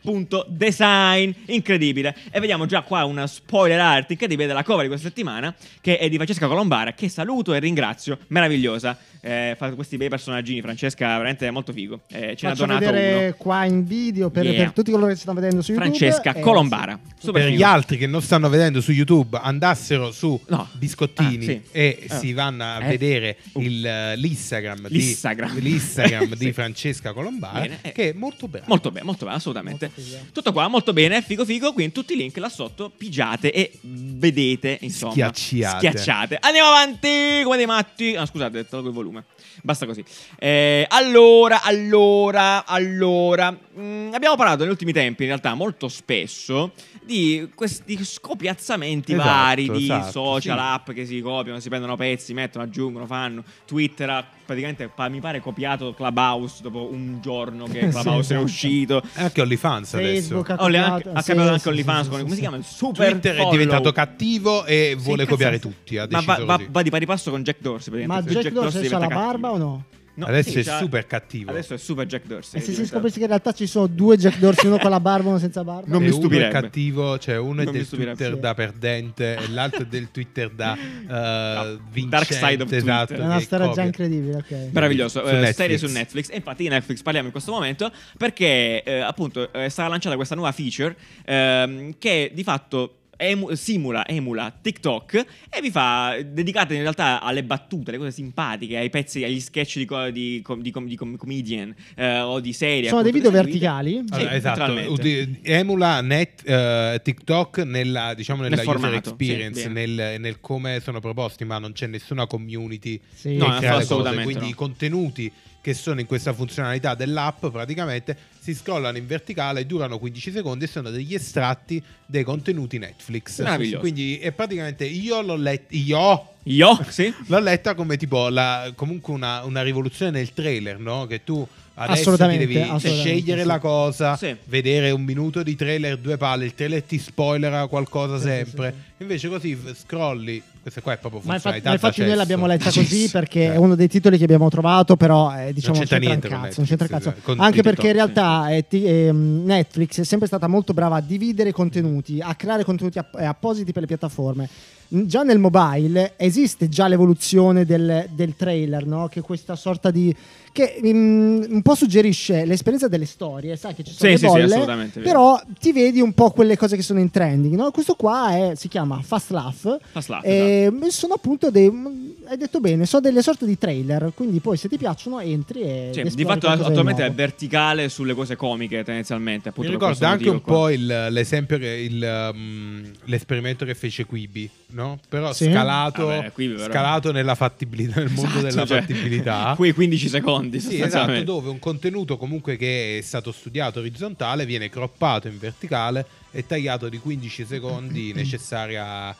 Speaker 1: Biscottini.caffè.design. Incredibile. E vediamo già qua una spoiler art incredibile della cover di questa settimana, che è di Francesca Colombara, che saluto e ringrazio. Meravigliosa. Eh, fa questi bei personaggini, Francesca, veramente molto figo. Eh, ce n'ha
Speaker 2: Faccio
Speaker 1: donato
Speaker 2: vedere
Speaker 1: uno.
Speaker 2: qua in video per,
Speaker 1: Yeah.
Speaker 2: per tutti coloro che stanno vedendo su YouTube.
Speaker 1: Francesca
Speaker 2: Eh,
Speaker 1: Colombara.
Speaker 2: sì.
Speaker 1: Super
Speaker 3: per
Speaker 1: figo.
Speaker 3: gli altri che non stanno vedendo su YouTube andassero su
Speaker 1: No.
Speaker 3: Biscottini
Speaker 1: Ah, sì.
Speaker 3: e
Speaker 1: Ah.
Speaker 3: si vanno a
Speaker 1: Eh.
Speaker 3: vedere
Speaker 1: Uh.
Speaker 3: il, eh, l'Instagram,
Speaker 1: L'Instagram.
Speaker 3: di, l'Instagram di
Speaker 1: Sì.
Speaker 3: Francesca Colombara
Speaker 1: Bene, eh.
Speaker 3: che è molto brava.
Speaker 1: Molto bene, molto bene, assolutamente.
Speaker 2: Molto figo.
Speaker 1: Tutto qua, molto bene, figo figo. Quindi tutti i link là sotto, pigiate e vedete, insomma.
Speaker 3: Schiacciate.
Speaker 1: Schiacciate. Andiamo avanti come dei matti. Ah, scusate, tolgo il volume. Basta così. Eh, allora, allora, allora. Mm, abbiamo parlato negli ultimi tempi, in realtà, molto spesso, di questi scopiazzamenti
Speaker 3: Esatto,
Speaker 1: vari di
Speaker 3: esatto,
Speaker 1: social
Speaker 3: sì.
Speaker 1: app che si copiano, si prendono pezzi, mettono, aggiungono, fanno. Twitter ha praticamente, pa- mi pare, copiato Clubhouse dopo un giorno che
Speaker 2: Sì,
Speaker 1: Clubhouse è
Speaker 2: esatto.
Speaker 1: uscito.
Speaker 3: Anche OnlyFans
Speaker 2: Facebook
Speaker 3: adesso.
Speaker 2: ha
Speaker 1: Oh, le- ha
Speaker 2: copiato-
Speaker 1: cambiato
Speaker 2: sì,
Speaker 1: anche
Speaker 2: sì,
Speaker 1: OnlyFans.
Speaker 2: sì,
Speaker 1: con-
Speaker 2: sì,
Speaker 1: come si
Speaker 2: sì.
Speaker 1: chiama? Il super
Speaker 3: Twitter è
Speaker 1: follow.
Speaker 3: diventato cattivo e
Speaker 1: Sì,
Speaker 3: vuole
Speaker 1: cazzo, sì.
Speaker 3: copiare
Speaker 2: eh,
Speaker 3: tutti. Ha
Speaker 1: Ma va,
Speaker 3: deciso
Speaker 1: va-
Speaker 3: così.
Speaker 1: va di pari passo con Jack Dorsey.
Speaker 2: Ma
Speaker 1: praticamente.
Speaker 2: Jack Dorsey c'ha
Speaker 1: diventa
Speaker 2: la
Speaker 1: cattivo.
Speaker 2: barba o no?
Speaker 1: No,
Speaker 3: Adesso
Speaker 1: sì,
Speaker 3: è
Speaker 1: c'ha-
Speaker 3: super cattivo.
Speaker 1: Adesso è super Jack
Speaker 2: E
Speaker 1: Dorsey.
Speaker 2: se
Speaker 1: è
Speaker 2: si
Speaker 1: diventato.
Speaker 2: scoprisse che in realtà ci sono due Jack Dorsey, uno con la barba e uno senza barba?
Speaker 1: Non mi
Speaker 3: E
Speaker 1: stupirebbe.
Speaker 3: Uno è cattivo, cioè uno è
Speaker 1: Non mi
Speaker 3: del
Speaker 1: stupirebbe.
Speaker 3: Twitter da perdente e l'altro è del Twitter da eh, vincente.
Speaker 1: Dark Side of Twitter.
Speaker 3: esatto,
Speaker 1: È
Speaker 2: È una
Speaker 3: che
Speaker 2: storia già
Speaker 3: copia.
Speaker 2: incredibile, ok.
Speaker 1: Meraviglioso,
Speaker 3: Su
Speaker 1: eh,
Speaker 3: Netflix.
Speaker 1: serie su Netflix. E infatti di Netflix parliamo in questo momento perché eh, appunto eh, sarà lanciata questa nuova feature ehm, che di fatto emu- simula, emula TikTok e vi fa dedicate in realtà alle battute, alle cose simpatiche, ai pezzi, agli sketch di, co- di com- di com- di com- comedian eh, o di serie.
Speaker 2: Sono dei
Speaker 1: appunto,
Speaker 2: video
Speaker 1: eseguite.
Speaker 2: verticali.
Speaker 1: Sì,
Speaker 3: Allora, esatto,
Speaker 1: naturalmente.
Speaker 3: uti- emula net, eh, TikTok nella, diciamo, nella
Speaker 1: Nel
Speaker 3: user
Speaker 1: formato,
Speaker 3: experience,
Speaker 1: sì, bene.
Speaker 3: nel, nel come sono proposti, ma non c'è nessuna community
Speaker 2: Sì.
Speaker 3: che
Speaker 1: No,
Speaker 3: crea le cose.
Speaker 1: assolutamente
Speaker 3: Quindi
Speaker 1: no.
Speaker 3: i contenuti che sono in questa funzionalità dell'app praticamente si scrollano in verticale, durano 15 secondi e sono degli estratti dei contenuti Netflix.
Speaker 1: Meraviglioso.
Speaker 3: Quindi è praticamente io l'ho letto, io
Speaker 1: Io, sì.
Speaker 3: L'ho letta come tipo la- comunque una, una rivoluzione nel trailer, no? Che tu adesso ti
Speaker 2: Assolutamente,
Speaker 3: devi
Speaker 2: assolutamente,
Speaker 3: scegliere
Speaker 2: sì.
Speaker 3: la cosa,
Speaker 1: Sì.
Speaker 3: vedere un minuto di trailer, due palle, il trailer ti spoilerà qualcosa
Speaker 2: Sì, sì,
Speaker 3: sempre.
Speaker 2: sì,
Speaker 3: Invece così f- scrolli, questa qua è proprio
Speaker 2: Ma infatti,
Speaker 3: funzionalità
Speaker 2: ma infatti
Speaker 3: da
Speaker 2: noi
Speaker 3: cesso.
Speaker 2: l'abbiamo letta
Speaker 3: Da
Speaker 2: così
Speaker 3: cesso.
Speaker 2: perché
Speaker 3: Eh.
Speaker 2: è uno dei titoli che abbiamo trovato, però eh, diciamo non c'entra,
Speaker 3: c'entra niente
Speaker 2: un
Speaker 3: con
Speaker 2: cazzo, non c'entra un
Speaker 3: Netflix,
Speaker 2: cazzo.
Speaker 3: esatto, con
Speaker 2: Anche
Speaker 3: TikTok,
Speaker 2: perché in realtà eh, ti- ehm, Netflix è sempre stata molto brava a dividere i contenuti, a creare contenuti app- eh, appositi per le piattaforme. Mm, Già nel mobile esiste già l'evoluzione del, del trailer, no? che è questa sorta di... che mm, un po' suggerisce l'esperienza delle storie, sai che ci sono
Speaker 1: Sì,
Speaker 2: le
Speaker 1: sì, sì,
Speaker 2: bolle,
Speaker 1: assolutamente, vero.
Speaker 2: però ti vedi un po' quelle cose che sono in trending. no? Questo qua è- si chiama Fast Laugh,
Speaker 1: Fast Laugh,
Speaker 2: e Eh,
Speaker 1: esatto.
Speaker 2: sono appunto dei. mh, Hai detto bene, sono delle sorte di trailer. Quindi poi se ti piacciono entri e.
Speaker 1: Cioè,
Speaker 2: ed esplori
Speaker 1: di fatto
Speaker 2: qualcosa
Speaker 1: attualmente è
Speaker 2: nuovo.
Speaker 1: verticale sulle cose comiche tendenzialmente. Appunto,
Speaker 3: Mi
Speaker 1: per
Speaker 3: ricorda anche
Speaker 1: questo
Speaker 3: un
Speaker 1: motivo
Speaker 3: po' il- l'esempio, che- il, um, l'esperimento che fece Quibi, no? Però
Speaker 2: Sì.
Speaker 3: scalato,
Speaker 1: Vabbè, Ah, Quibi però-
Speaker 3: scalato nella fattibilità, nel mondo
Speaker 1: qua.
Speaker 3: della
Speaker 1: Cioè,
Speaker 3: fattibilità.
Speaker 1: Quei 15 secondi
Speaker 3: Sì, esatto,
Speaker 1: sostanzialmente.
Speaker 3: dove un contenuto comunque che è stato studiato orizzontale viene croppato in verticale e tagliato di 15 secondi necessari a, a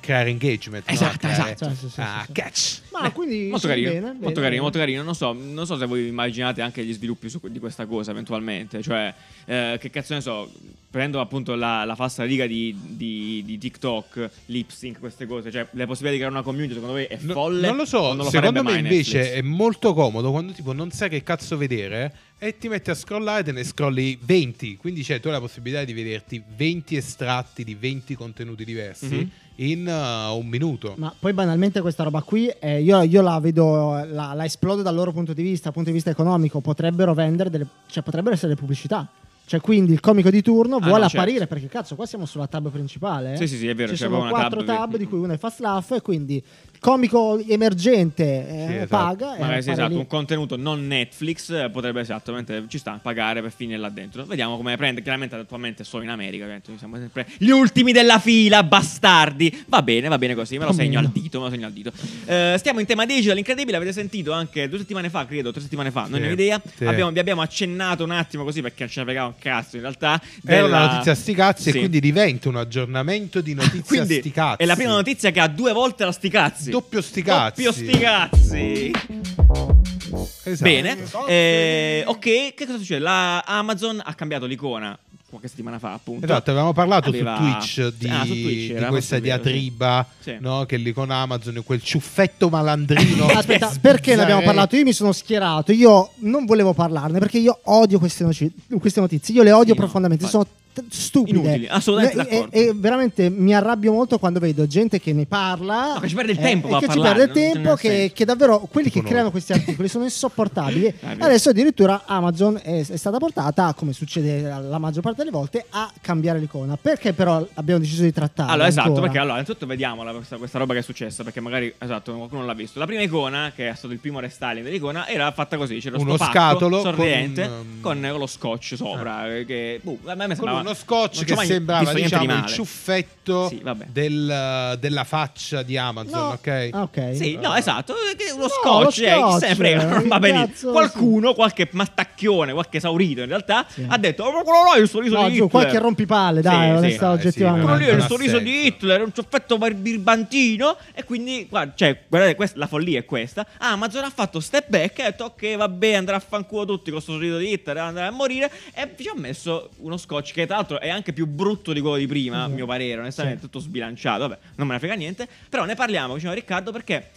Speaker 3: creare engagement. no?
Speaker 1: Mm-hmm. Esatto,
Speaker 3: A creare-
Speaker 1: esatto.
Speaker 2: Cioè, sì, sì,
Speaker 3: Ah,
Speaker 2: sì, sì.
Speaker 3: catch!
Speaker 2: Ma quindi.
Speaker 1: Molto
Speaker 2: sì,
Speaker 1: carino,
Speaker 2: bene,
Speaker 1: molto
Speaker 2: bene,
Speaker 1: carino, molto
Speaker 2: bene.
Speaker 1: carino. Non so, non so se voi immaginate anche gli sviluppi su- di questa cosa eventualmente. Cioè, eh, che cazzo ne so, prendo appunto la, la falsa riga di, di- di TikTok, lip sync, queste cose. Cioè, le possibilità di creare una community, secondo me, è
Speaker 3: No-
Speaker 1: folle.
Speaker 3: non lo
Speaker 1: o
Speaker 3: so,
Speaker 1: non lo
Speaker 3: secondo
Speaker 1: farebbe
Speaker 3: me
Speaker 1: mai
Speaker 3: invece
Speaker 1: Netflix.
Speaker 3: è molto comodo quando tipo non sai che cazzo vedere e ti metti a scrollare e te ne scrolli 20, quindi c'è tu hai la possibilità di vederti 20 estratti di 20 contenuti diversi
Speaker 1: Mhm.
Speaker 3: in uh, un minuto.
Speaker 2: Ma poi banalmente questa roba qui eh, io, io la vedo, la, la esplodo dal loro punto di vista, dal punto di vista economico, potrebbero vendere delle, cioè potrebbero essere pubblicità. Cioè quindi il comico di turno
Speaker 1: Ah,
Speaker 2: vuole
Speaker 1: no, certo.
Speaker 2: apparire perché cazzo qua siamo sulla tab principale. eh?
Speaker 1: Sì, sì, sì, è vero,
Speaker 2: Ci
Speaker 1: c'è
Speaker 2: sono
Speaker 1: proprio una
Speaker 2: quattro
Speaker 1: tab,
Speaker 2: tab
Speaker 1: sì.
Speaker 2: di cui una è fast laugh e quindi comico emergente eh,
Speaker 3: Sì, esatto.
Speaker 2: paga. e
Speaker 1: Magari sì,
Speaker 2: appare
Speaker 1: esatto,
Speaker 2: lì.
Speaker 1: un contenuto non Netflix eh, potrebbe esattamente ci sta pagare per finire là dentro. Vediamo come prende. Chiaramente attualmente solo in America, ovviamente, noi siamo sempre gli ultimi della fila, bastardi. Va bene, va bene così, me lo segno al dito, me lo segno al dito. Eh, stiamo in tema digital, incredibile, avete sentito anche due settimane fa, credo, tre settimane fa, non
Speaker 3: Sì,
Speaker 1: ho idea.
Speaker 3: sì.
Speaker 1: Abbiamo, vi abbiamo accennato un attimo così perché non ce ne fregava un cazzo in realtà.
Speaker 3: Era
Speaker 1: della-
Speaker 3: una notizia sti cazzi
Speaker 1: Sì.
Speaker 3: e quindi diventa un aggiornamento di notizia
Speaker 1: Quindi
Speaker 3: sti cazzi.
Speaker 1: è la prima notizia che ha due volte la sticazzi.
Speaker 3: Doppio sti cazzi.
Speaker 1: Doppio sti cazzi.
Speaker 3: Esatto.
Speaker 1: Bene, eh, ok, che cosa succede? La Amazon ha cambiato l'icona qualche settimana fa, appunto.
Speaker 3: Esatto, avevamo parlato
Speaker 1: Aveva-
Speaker 3: su Twitch di,
Speaker 1: Ah, su Twitch
Speaker 3: di
Speaker 1: era, forse
Speaker 3: questa
Speaker 1: è vero, sì.
Speaker 3: diatriba
Speaker 1: Sì.
Speaker 3: no, che lì con Amazon e quel ciuffetto malandrino.
Speaker 1: Eh,
Speaker 2: Aspetta, perché ne abbiamo parlato? Io mi sono schierato, io non volevo parlarne perché io odio queste, noci- queste notizie, io le
Speaker 1: Sì,
Speaker 2: odio
Speaker 1: no,
Speaker 2: profondamente,
Speaker 1: infatti.
Speaker 2: sono t- stupide.
Speaker 1: Inutili, assolutamente
Speaker 2: Ne- e,
Speaker 1: d'accordo.
Speaker 2: e veramente mi arrabbio molto quando vedo gente che ne parla.
Speaker 1: No, che ci perde il
Speaker 2: eh,
Speaker 1: tempo a
Speaker 2: che ci
Speaker 1: parlarne,
Speaker 2: perde
Speaker 1: non-
Speaker 2: il
Speaker 1: non
Speaker 2: tempo,
Speaker 1: ha
Speaker 2: che,
Speaker 1: senso.
Speaker 2: che davvero quelli
Speaker 3: Tipo
Speaker 2: che
Speaker 3: noi.
Speaker 2: creano questi articoli sono insopportabili.
Speaker 1: Ah, è vero.
Speaker 2: Adesso addirittura Amazon è, è stata portata, come succede la maggior parte delle volte, a cambiare l'icona. Perché però abbiamo deciso di trattarla?
Speaker 1: Allora, esatto,
Speaker 2: ancora?
Speaker 1: perché allora, innanzitutto vediamola questa, questa roba che è successa, perché magari, esatto, qualcuno non l'ha visto. La prima icona, che è stato il primo restyling dell'icona, era fatta così, c'era
Speaker 3: Uno
Speaker 1: sto pacco
Speaker 3: scatolo
Speaker 1: sorridente
Speaker 3: con, um, Ah.
Speaker 1: con, eh, lo scotch sopra, eh, che, boh, a me
Speaker 3: Con
Speaker 1: sembrava-
Speaker 3: uno
Speaker 1: non
Speaker 3: scotch
Speaker 1: c'ho
Speaker 3: che
Speaker 1: mai
Speaker 3: sembrava
Speaker 1: visto niente di
Speaker 3: diciamo, il
Speaker 1: male.
Speaker 3: ciuffetto
Speaker 1: Sì, vabbè.
Speaker 3: del- della faccia di Amazon,
Speaker 2: No.
Speaker 3: ok?
Speaker 2: Ah, ok.
Speaker 1: Sì, no, esatto, eh, che uno
Speaker 2: No,
Speaker 1: scotch,
Speaker 2: lo
Speaker 1: eh, chi se ne
Speaker 2: scotch,
Speaker 1: frega, non va
Speaker 2: il
Speaker 1: bene.
Speaker 2: cazzo,
Speaker 1: Qualcuno, qualche mattacchione, qualche esaurito in realtà,
Speaker 2: Sì.
Speaker 1: ha detto, oh, ma quello là è il sorriso
Speaker 2: No,
Speaker 1: di
Speaker 2: giù,
Speaker 1: Hitler.
Speaker 2: qualche rompipalle, dai,
Speaker 1: Sì,
Speaker 2: onesta,
Speaker 1: sì,
Speaker 3: dai, sì,
Speaker 2: oggettivamente.
Speaker 1: Quello lì è il
Speaker 3: Non ha
Speaker 1: sorriso di
Speaker 3: senso.
Speaker 1: Hitler, è un ciuffetto bar- birbantino. E quindi, guarda, cioè, guardate, questa- la follia è questa. Ah, Amazon ha fatto step back e ha detto: Ok, vabbè, andrà a fanculo tutti con questo sorriso di Hitler, andrà a morire. E ci ha messo uno scotch che, tra l'altro, è anche più brutto di quello di prima, a
Speaker 2: Sì.
Speaker 1: mio parere. Onestamente,
Speaker 2: Sì.
Speaker 1: tutto sbilanciato. Vabbè, non me ne frega niente. Però ne parliamo, diceva Riccardo, perché.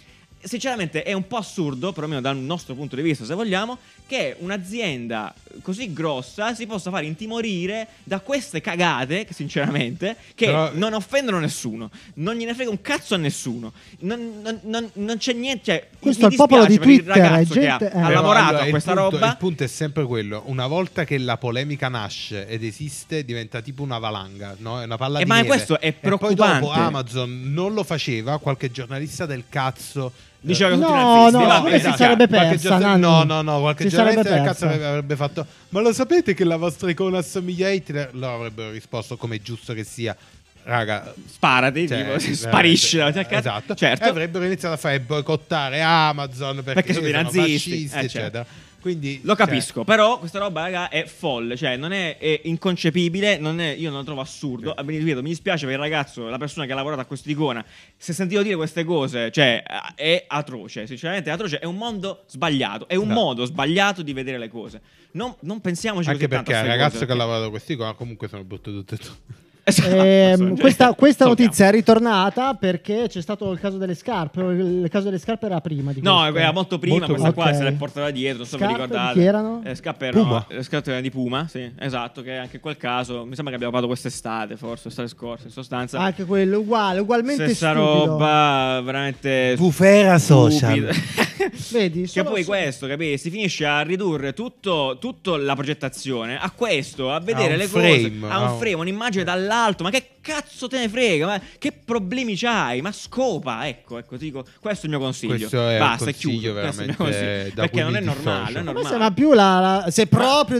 Speaker 1: Sinceramente è un po' assurdo, perlomeno dal nostro punto di vista se vogliamo, che un'azienda così grossa si possa fare intimorire da queste cagate, che sinceramente, che
Speaker 3: Però-
Speaker 1: non offendono nessuno, non gliene frega un cazzo a nessuno, non, non- non- non c'è niente. Cioè,
Speaker 2: Questo
Speaker 1: mi
Speaker 2: è il popolo
Speaker 1: dispiace
Speaker 2: di
Speaker 1: per il
Speaker 2: Twitter,
Speaker 1: ragazzo
Speaker 2: è
Speaker 1: che ha,
Speaker 2: gente- eh.
Speaker 1: ha
Speaker 2: Però,
Speaker 1: lavorato
Speaker 3: allora,
Speaker 1: a
Speaker 3: il
Speaker 1: questa
Speaker 3: punto-
Speaker 1: roba.
Speaker 3: Il punto è sempre quello: una volta che la polemica nasce ed esiste, diventa tipo una valanga, no? È una palla
Speaker 1: Eh,
Speaker 3: di
Speaker 1: ma
Speaker 3: neve.
Speaker 1: questo è
Speaker 3: E
Speaker 1: preoccupante.
Speaker 3: poi dopo Amazon non lo faceva, qualche giornalista del cazzo. eh,
Speaker 1: Diceva che Esatto.
Speaker 2: No,
Speaker 1: tutti i nazisti,
Speaker 2: no,
Speaker 1: vabbè,
Speaker 2: come si
Speaker 1: dai.
Speaker 2: sarebbe
Speaker 3: Qualche
Speaker 2: persa,
Speaker 3: giornal-
Speaker 2: Nanni.
Speaker 3: No, no, no, qualche
Speaker 2: Si
Speaker 3: giornalista
Speaker 2: sarebbe
Speaker 3: del cazzo
Speaker 2: persa.
Speaker 3: avrebbe, avrebbe fatto Ma lo sapete che la vostra icona assomiglia a Hitler? Loro avrebbero risposto come è giusto che sia Raga,
Speaker 1: Sparati,
Speaker 3: cioè,
Speaker 1: tipo,
Speaker 3: veramente,
Speaker 1: sparisci davanti a
Speaker 3: eh,
Speaker 1: casa.
Speaker 3: Esatto.
Speaker 1: Certo.
Speaker 3: E avrebbero iniziato a fare boicottare Amazon perché,
Speaker 1: Perché sono dei nazisti,
Speaker 3: fascisti,
Speaker 1: eh, certo.
Speaker 3: eccetera. Quindi,
Speaker 1: Lo
Speaker 3: cioè,
Speaker 1: capisco, però questa roba, raga, è folle. Cioè, non è, è inconcepibile. non è- io non lo trovo assurdo. Ah, mi ripeto, mi dispiace per il ragazzo, la persona che ha lavorato a quest'icona. Se sentivo dire queste cose, cioè, ah, è atroce. Sinceramente, è atroce. È un mondo sbagliato. È un
Speaker 3: No.
Speaker 1: modo sbagliato di vedere le cose. Non, non pensiamoci
Speaker 3: Anche
Speaker 1: così tanto
Speaker 3: perché
Speaker 1: a
Speaker 3: il
Speaker 1: queste cose,
Speaker 3: ragazzo che ha
Speaker 1: perché-
Speaker 3: lavorato quest'icona comunque sono brutte tutte e due.
Speaker 1: Esatto,
Speaker 2: Ehm,
Speaker 1: cioè,
Speaker 2: questa questa
Speaker 1: salutiamo.
Speaker 2: notizia è ritornata perché c'è stato il caso delle scarpe. Il caso delle scarpe era prima di
Speaker 1: No,
Speaker 2: questo.
Speaker 1: era molto prima,
Speaker 3: Molto
Speaker 1: questa
Speaker 2: prima.
Speaker 1: qua
Speaker 2: Ok.
Speaker 1: se l'è portata dietro, non so se vi
Speaker 2: Scarpe di
Speaker 1: ricordate.
Speaker 2: chi erano?
Speaker 1: Eh, scarpe erano-
Speaker 3: Puma.
Speaker 1: eh, scarpe erano di Puma, sì, esatto, che anche in quel caso, mi sembra che abbiamo parlato quest'estate, forse, l'estate scorsa, in sostanza.
Speaker 2: Anche quello uguale, ugualmente
Speaker 1: Stessa
Speaker 2: Ah, stupido.
Speaker 1: roba, veramente...
Speaker 6: Bufera social.
Speaker 1: stupida.
Speaker 2: Vedi,
Speaker 1: Che
Speaker 2: solo-
Speaker 1: poi questo, capisci? Si finisce a ridurre tutto, tutto la progettazione a questo, a vedere
Speaker 3: un
Speaker 1: le
Speaker 3: frame,
Speaker 1: cose,
Speaker 3: a
Speaker 1: a un
Speaker 3: un-
Speaker 1: frame, un'immagine dall'alto. Ma che cazzo te ne frega? Ma che problemi c'hai? Ma scopa, ecco, ecco, ti dico, questo è il mio consiglio.
Speaker 3: Questo è un
Speaker 1: Basta,
Speaker 3: consiglio
Speaker 1: chiudo. Questo è il mio
Speaker 3: veramente
Speaker 1: consiglio.
Speaker 3: da
Speaker 1: Perché non è
Speaker 3: quindi
Speaker 1: normale,
Speaker 3: dissocio.
Speaker 1: non è
Speaker 2: A me
Speaker 1: normale.
Speaker 2: sembra più la, la- se proprio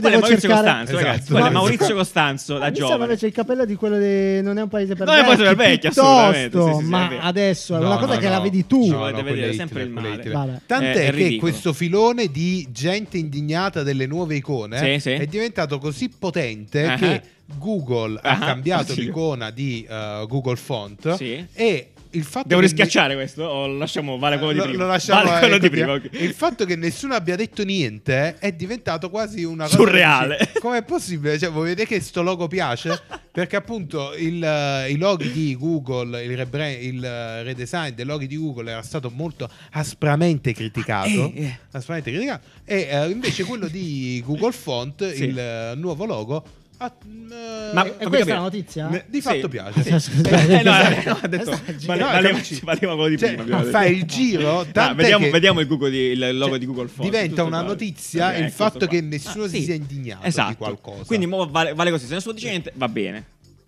Speaker 1: Quello è
Speaker 2: devo
Speaker 1: Maurizio
Speaker 2: cercare Ah,
Speaker 1: Costanzo,
Speaker 3: Esatto,
Speaker 1: ragazzi. Quello è
Speaker 3: no,
Speaker 1: Maurizio Costanzo da
Speaker 2: Mi sembra
Speaker 1: giovane.
Speaker 2: invece il capello di quello di Non è un paese per
Speaker 1: Non è un paese per vecchi, assolutamente,
Speaker 2: piuttosto,
Speaker 1: sì, sì, sì, è
Speaker 2: ma
Speaker 1: vero.
Speaker 2: adesso è
Speaker 3: No,
Speaker 2: una cosa
Speaker 3: no,
Speaker 2: che la
Speaker 3: no.
Speaker 2: vedi tu.
Speaker 1: Ci
Speaker 3: No,
Speaker 1: volete
Speaker 3: no,
Speaker 1: vedere
Speaker 3: quella è
Speaker 1: sempre
Speaker 3: Hitler,
Speaker 1: il
Speaker 3: quella è
Speaker 1: male.
Speaker 3: Hitler.
Speaker 2: Vabbè.
Speaker 1: Eh, è
Speaker 3: Tant'è che
Speaker 1: ridicolo.
Speaker 3: questo filone di gente indignata delle nuove icone
Speaker 1: Sì, sì.
Speaker 3: è diventato così potente
Speaker 1: Ah.
Speaker 3: che Google
Speaker 1: Ah.
Speaker 3: ha cambiato
Speaker 1: Sì.
Speaker 3: l'icona di eh, Google Font
Speaker 1: Sì.
Speaker 3: e il fatto
Speaker 1: Devo
Speaker 3: che-
Speaker 1: rischiacciare questo o lasciamo, vale quello di
Speaker 3: Lo-
Speaker 1: prima?
Speaker 3: lo lasciamo,
Speaker 1: vale
Speaker 3: eh,
Speaker 1: quello di prima,
Speaker 3: continuiamo.
Speaker 1: ok.
Speaker 3: Il fatto che nessuno abbia detto niente è diventato quasi una cosa
Speaker 1: Surreale.
Speaker 3: che dici, Com'è possibile? Cioè, voi vedete che sto logo piace? Perché appunto il, eh, i loghi di Google, il, rebra- il, eh, redesign dei loghi di Google era stato molto aspramente criticato.
Speaker 1: Eh, eh.
Speaker 3: Aspramente criticato. E eh, invece quello di Google Font,
Speaker 1: Sì.
Speaker 3: il eh, nuovo logo, ha- mm,
Speaker 1: Ma-
Speaker 3: eh,
Speaker 1: Fammi
Speaker 2: E questa è
Speaker 1: capire.
Speaker 2: la notizia?
Speaker 1: Ne-
Speaker 3: di
Speaker 1: sì.
Speaker 3: fatto piace.
Speaker 2: Sì, scusate.
Speaker 1: Eh, no, eh,
Speaker 2: Esatto.
Speaker 1: no, ha detto,
Speaker 2: Esaggi-
Speaker 1: vale-
Speaker 3: No,
Speaker 1: valeva-
Speaker 3: capisci?
Speaker 1: valeva quello di
Speaker 3: Cioè,
Speaker 1: prima, abbiamo
Speaker 3: fa
Speaker 1: detto.
Speaker 3: il giro.
Speaker 1: Ah,
Speaker 3: tant'è
Speaker 1: vediamo,
Speaker 3: che-
Speaker 1: vediamo il, Google di, il logo
Speaker 3: Cioè,
Speaker 1: di Google Font.
Speaker 3: diventa
Speaker 1: tutto
Speaker 3: una
Speaker 1: qua.
Speaker 3: notizia
Speaker 1: Eh,
Speaker 3: il
Speaker 1: questo
Speaker 3: fatto
Speaker 1: qua.
Speaker 3: che nessuno
Speaker 1: Ah, sì.
Speaker 3: si
Speaker 1: Esatto.
Speaker 3: sia indignato di qualcosa.
Speaker 1: Quindi mo vale, vale così, se nessuno dice niente va bene.